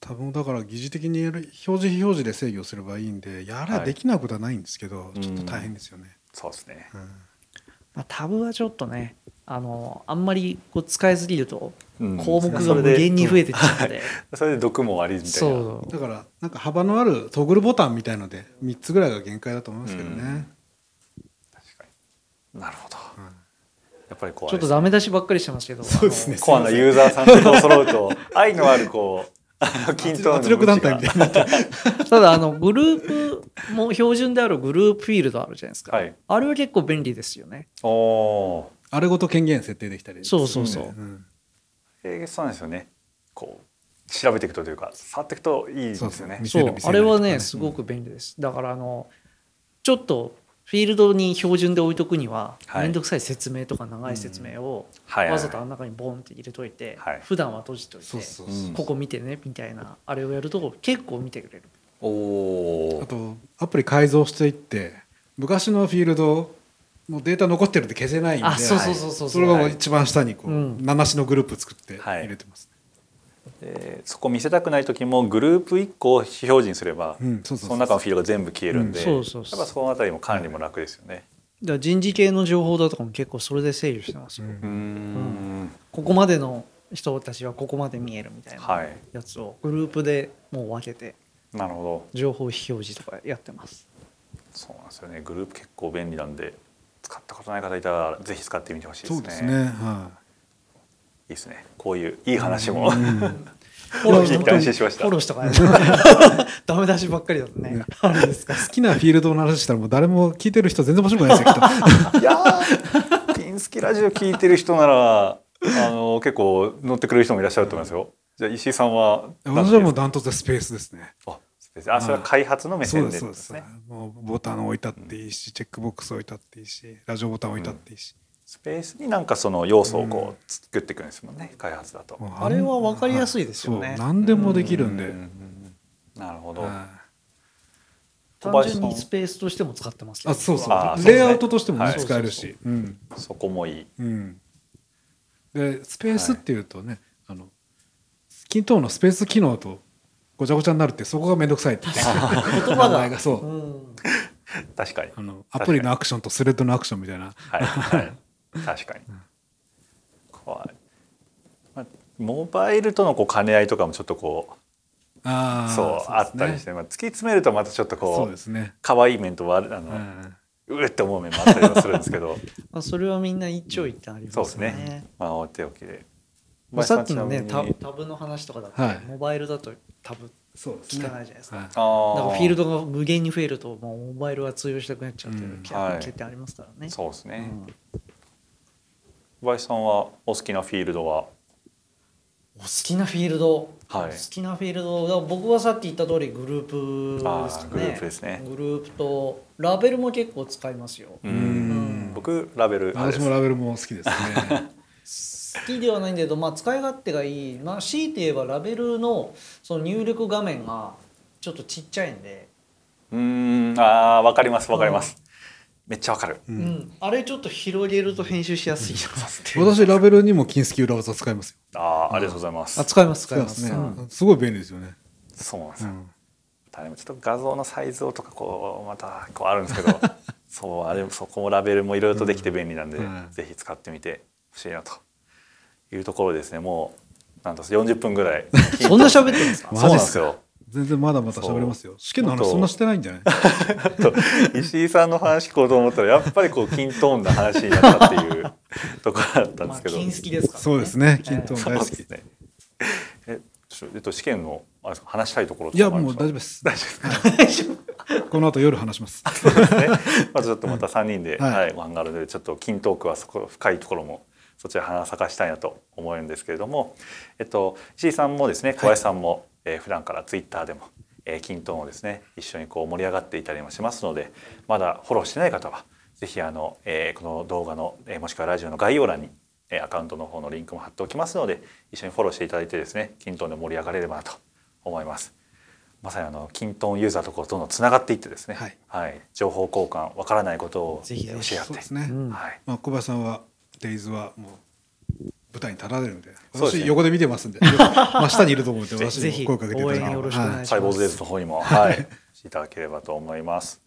Speaker 2: 多分だから疑似的にやる表示非表示で制御すればいいんでや
Speaker 1: は
Speaker 2: ら
Speaker 1: い
Speaker 2: できないことはないんですけど、
Speaker 1: うん
Speaker 2: ちょっと大変ですよね、
Speaker 1: そうですね。
Speaker 2: うん
Speaker 4: まあ、タブはちょっとねあのあんまりこう使いすぎると
Speaker 1: うん
Speaker 4: 項目
Speaker 2: それ
Speaker 4: が無
Speaker 2: で
Speaker 4: 限に増えてっちゃって、
Speaker 1: それで毒もありみたいな。
Speaker 4: そう
Speaker 2: だからなんか幅のあるトグルボタンみたいので3つぐらいが限界だと思いますけどね、
Speaker 1: うん確かに。なるほど。
Speaker 2: はい
Speaker 1: やっぱりこう
Speaker 4: ちょっと
Speaker 1: あれ
Speaker 4: ダメ出しばっかりしてますけど
Speaker 2: そうですね
Speaker 1: ですねコアなユーザーさんとこう揃う
Speaker 4: *laughs*
Speaker 1: と愛のあるこう *laughs* あの均等の
Speaker 2: 圧力団体みたいになってる
Speaker 4: あのただあのグループも標準であるグループフィールドあるじゃないですか、
Speaker 1: はい
Speaker 4: あれは結構便利ですよね
Speaker 1: おお
Speaker 2: あれごと権限設定できたり
Speaker 4: そうそうそう
Speaker 2: するんで
Speaker 1: ー。えーそうなんですよね。こう調べていくとというか触っていくといいですよね。
Speaker 2: 見せ
Speaker 4: そ
Speaker 2: る
Speaker 4: う
Speaker 2: 見せ
Speaker 4: あ
Speaker 2: ない
Speaker 4: れ
Speaker 2: とか
Speaker 4: は
Speaker 2: ね
Speaker 4: ねすごく便利ですだからあのちょっとフィールドに標準で置いとくには
Speaker 1: はい
Speaker 4: 面倒くさい説明とか長い説明を
Speaker 1: はいはい
Speaker 4: わざとあの中にボンって入れといて
Speaker 1: はい
Speaker 4: 普段は閉じといて
Speaker 2: そうそうそう、
Speaker 1: うん
Speaker 4: ここ見てねみたいなあれをやると結構見てくれる
Speaker 1: おお
Speaker 2: あ。とアプリ改造していって昔のフィールドもうデータ残ってるんで消せないんで
Speaker 4: あそうそうそうそう
Speaker 2: それが一番下にこう、
Speaker 4: うん
Speaker 2: 名無しのグループ作って
Speaker 1: はい
Speaker 2: 入れてます、
Speaker 1: でそこ見せたくない時もグループ1個を非表示にすれば、
Speaker 2: うんそうそうそう
Speaker 1: その中のフィールドが全部消えるんで、
Speaker 2: うん
Speaker 4: そうそうそう
Speaker 1: やっぱそのあたりも管理も楽ですよね。
Speaker 4: だから人事系の情報だとかも結構それで制御してますよ、
Speaker 2: うん
Speaker 1: うーん
Speaker 4: ここまでの人たちはここまで見えるみたい
Speaker 1: は
Speaker 4: ないやつをグループでもう分けて
Speaker 1: なるほど
Speaker 4: 情報非表示とかやってます
Speaker 1: そうなんですよねグループ結構便利なんで使ったことない方いたらぜひ使ってみてほしいですね。
Speaker 2: そうですねはい
Speaker 1: いですねこういういい話も、 *laughs*
Speaker 4: フォロー
Speaker 1: 聞いて安心しました
Speaker 4: フォローしたから
Speaker 1: *laughs*
Speaker 4: ダメ出しばっかりだとね
Speaker 2: ね
Speaker 4: あれですか
Speaker 2: 好きなフィールドの話したらもう誰も聞いてる人全然面白くないですよきっと
Speaker 1: *laughs* いやーピンスキラジオ聞いてる人ならあの結構乗ってくれる人もいらっしゃると思いますよ。じゃあ石井さんは
Speaker 2: 私はもうダントツでスペースですね
Speaker 1: ああそれは開発の目
Speaker 2: そ
Speaker 1: 線
Speaker 2: う
Speaker 1: で
Speaker 2: で
Speaker 1: すって
Speaker 2: そ
Speaker 1: こ
Speaker 2: う
Speaker 1: とで
Speaker 2: で
Speaker 1: すすね。
Speaker 2: もうボタン置いたっていいし、チェックボックス置いたっていいしラジオボタン置いたっていいし、
Speaker 1: スペースになんかその要素をこう作っていくんですもんね、開発だと。
Speaker 2: もう
Speaker 4: あれは分かりやすいですよね
Speaker 2: はそう何でもできるんで、
Speaker 1: ううんうんなるほど。
Speaker 2: はい
Speaker 4: 単純にスペースとしても使ってますけど
Speaker 2: あそうそう
Speaker 1: あーそうですね
Speaker 2: レイアウトとしてもね、
Speaker 1: はい
Speaker 2: 使えるしうん
Speaker 1: そこも
Speaker 2: *laughs*
Speaker 1: いい。
Speaker 2: うんでスペースっていうとね、あの均等のスペース機能とごちゃごちゃになるってそこがめんどくさいって言
Speaker 4: 言
Speaker 2: 葉
Speaker 4: 葉
Speaker 2: が
Speaker 4: が
Speaker 2: がそううん
Speaker 1: 確かに。
Speaker 2: あのアプリのアクションとスレッドのアクションみたいな
Speaker 1: はい、はい、確かに。怖い。まあ、モバイルとのこう兼ね合いとかもちょっとこう、
Speaker 2: あー
Speaker 1: そうあったりして、まあ、突き詰めるとまたちょっと
Speaker 2: そう
Speaker 1: こ
Speaker 2: で
Speaker 1: う
Speaker 2: すね
Speaker 1: 可愛い面と悪いあ
Speaker 2: そ
Speaker 1: の、
Speaker 2: う
Speaker 1: うー
Speaker 2: ですね
Speaker 1: って思う面もあったりもするんですけ
Speaker 4: *laughs*
Speaker 1: ど、
Speaker 4: まあ、それはみんな一長一短あり
Speaker 1: そう
Speaker 4: ま
Speaker 1: ですす
Speaker 4: よね
Speaker 1: ね。まあお手おきで。
Speaker 4: まあさっきのね
Speaker 1: 小林さんちな
Speaker 4: タ
Speaker 1: みに
Speaker 4: タブの話とかだと、
Speaker 2: はい
Speaker 4: モバイルだとタブ
Speaker 2: そうです
Speaker 4: 聞
Speaker 2: ね
Speaker 4: かないじゃないですか,、
Speaker 2: はい
Speaker 1: あ
Speaker 4: なんかフィールドが無限に増えるともうモバイルは通用しなくなっちゃうっていう
Speaker 1: うんはい
Speaker 4: 欠点ありますからね、
Speaker 1: そうですね。
Speaker 4: うん
Speaker 1: 小林さんはお好きなフィールドは、
Speaker 4: お好きなフィールド、
Speaker 1: はい
Speaker 4: お好きなフィールドだから僕はさっき言った通りグループですか
Speaker 1: あー
Speaker 4: ね
Speaker 1: グループですね
Speaker 4: グループとラベルも結構使いますよ、
Speaker 1: う
Speaker 2: うーん
Speaker 1: 僕ラベルあれ
Speaker 2: 私
Speaker 1: です
Speaker 2: もラベルも好きですね
Speaker 4: 好きではないんだけど、まあ、使い勝手がいい、まあ、強いて言えばラベルのその入力画面がちょっとちっちゃいんで、
Speaker 1: うーんあーわかりますわかります、めっちゃわかる
Speaker 2: う
Speaker 4: うんんあれちょっと広げると編集しやすいなってい
Speaker 2: *laughs*
Speaker 4: う
Speaker 2: 私ラベルにも金スキ裏技使いますよ
Speaker 1: あーありがとうございます、
Speaker 4: あ使いま
Speaker 2: 使
Speaker 4: す使
Speaker 2: い
Speaker 4: い
Speaker 2: ま
Speaker 4: ますす
Speaker 2: ね、
Speaker 4: うん
Speaker 2: すごい便利ですよね、
Speaker 1: そうなんです
Speaker 2: う
Speaker 1: よ、
Speaker 2: ん
Speaker 1: あれもちょっと画像のサイズをとかこうまたこうあるんですけどそうあれもそこもラベルもいろいろとできて便利なんで、
Speaker 2: うんはい
Speaker 1: ぜひ使ってみてほしいなというところですねもうなんと40分ぐらい
Speaker 4: そんな喋ってますか
Speaker 1: *laughs* そうなんですよ
Speaker 2: 全然まだまだ喋れますよ試験の話そんなしてないんじゃない
Speaker 1: *laughs* 石井さんの話聞こうと思ったらやっぱりこう均等な話になったっていうところだったんで
Speaker 4: ますあ
Speaker 1: けど、
Speaker 4: 金好きですから、
Speaker 2: そうですね均等
Speaker 1: そ
Speaker 2: 大
Speaker 1: う
Speaker 2: 好
Speaker 1: で
Speaker 2: き
Speaker 1: すね。え、ちょえっと試験のあれですか話したいところと
Speaker 2: い
Speaker 1: か
Speaker 2: や
Speaker 1: あるん
Speaker 2: も
Speaker 1: で
Speaker 2: う
Speaker 1: す
Speaker 2: 大
Speaker 1: か
Speaker 2: 丈夫です大丈夫です、はい、この後夜話します
Speaker 1: まずちょっ
Speaker 2: *laughs*
Speaker 1: とまた3人で、
Speaker 2: はい
Speaker 1: はい、漫画のでちょっと金トークはそこ深いところもそちら花咲かしたいなと思うんですけれども、えっと、石井さんもですね小林さんも、えー普段からツイッターでも、えー、金トーンをですね一緒にこう盛り上がっていたりもしますのでまだフォローしてない方はぜひあの、えーこの動画の、えーもしくはラジオの概要欄に、えーアカウントの方のリンクも貼っておきますので一緒にフォローしていただいてですね金トーンで盛り上がれればなと思います。まさにあのキントンユーザーとこうどんどんつながっていってですね、は
Speaker 2: はいい
Speaker 1: 情報交換わからないことを教
Speaker 4: ぜひぜ
Speaker 1: え合っ
Speaker 4: ひ
Speaker 1: て
Speaker 2: そうですね、
Speaker 4: うん
Speaker 1: はい、
Speaker 2: まあ、小林さんはデイズはもう舞台に立たれるんで
Speaker 1: そうです
Speaker 2: 私
Speaker 1: ね
Speaker 2: 横で見てます
Speaker 1: *laughs*
Speaker 2: んで真下にいると思うんで
Speaker 1: ぜ
Speaker 2: 私
Speaker 4: ぜ
Speaker 2: に
Speaker 4: ひ
Speaker 2: も声かけていただ
Speaker 4: 応
Speaker 2: け
Speaker 4: 援よろしくお
Speaker 2: は
Speaker 4: 願いし
Speaker 2: い
Speaker 4: ます
Speaker 1: サイボーズデイズの方にも、はい、していただければと思います。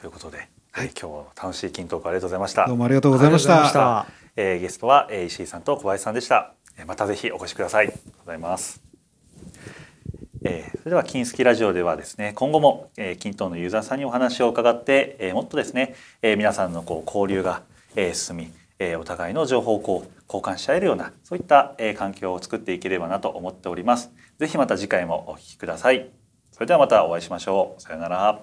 Speaker 1: ということで、
Speaker 2: はい
Speaker 1: えー今日は楽しい金トークありがとうございました
Speaker 2: どう。もありがとうございまし
Speaker 4: ありがとうございましたた
Speaker 1: えーゲストは、えー石井さんと小林さんでした。えーまたぜひお越しください。ありがとうございます。えーそれでは金スキラジオではですね今後も、えー、金等のユーザーさんにお話を伺って、えーもっとですね、えー皆さんのこう交流が、えー進み、えーお互いの情報をこう交換し合えるようなそういった、えー環境を作っていければなと思っております。ぜひまた次回もお聞きください。それではまたお会いしましょう。さようなら。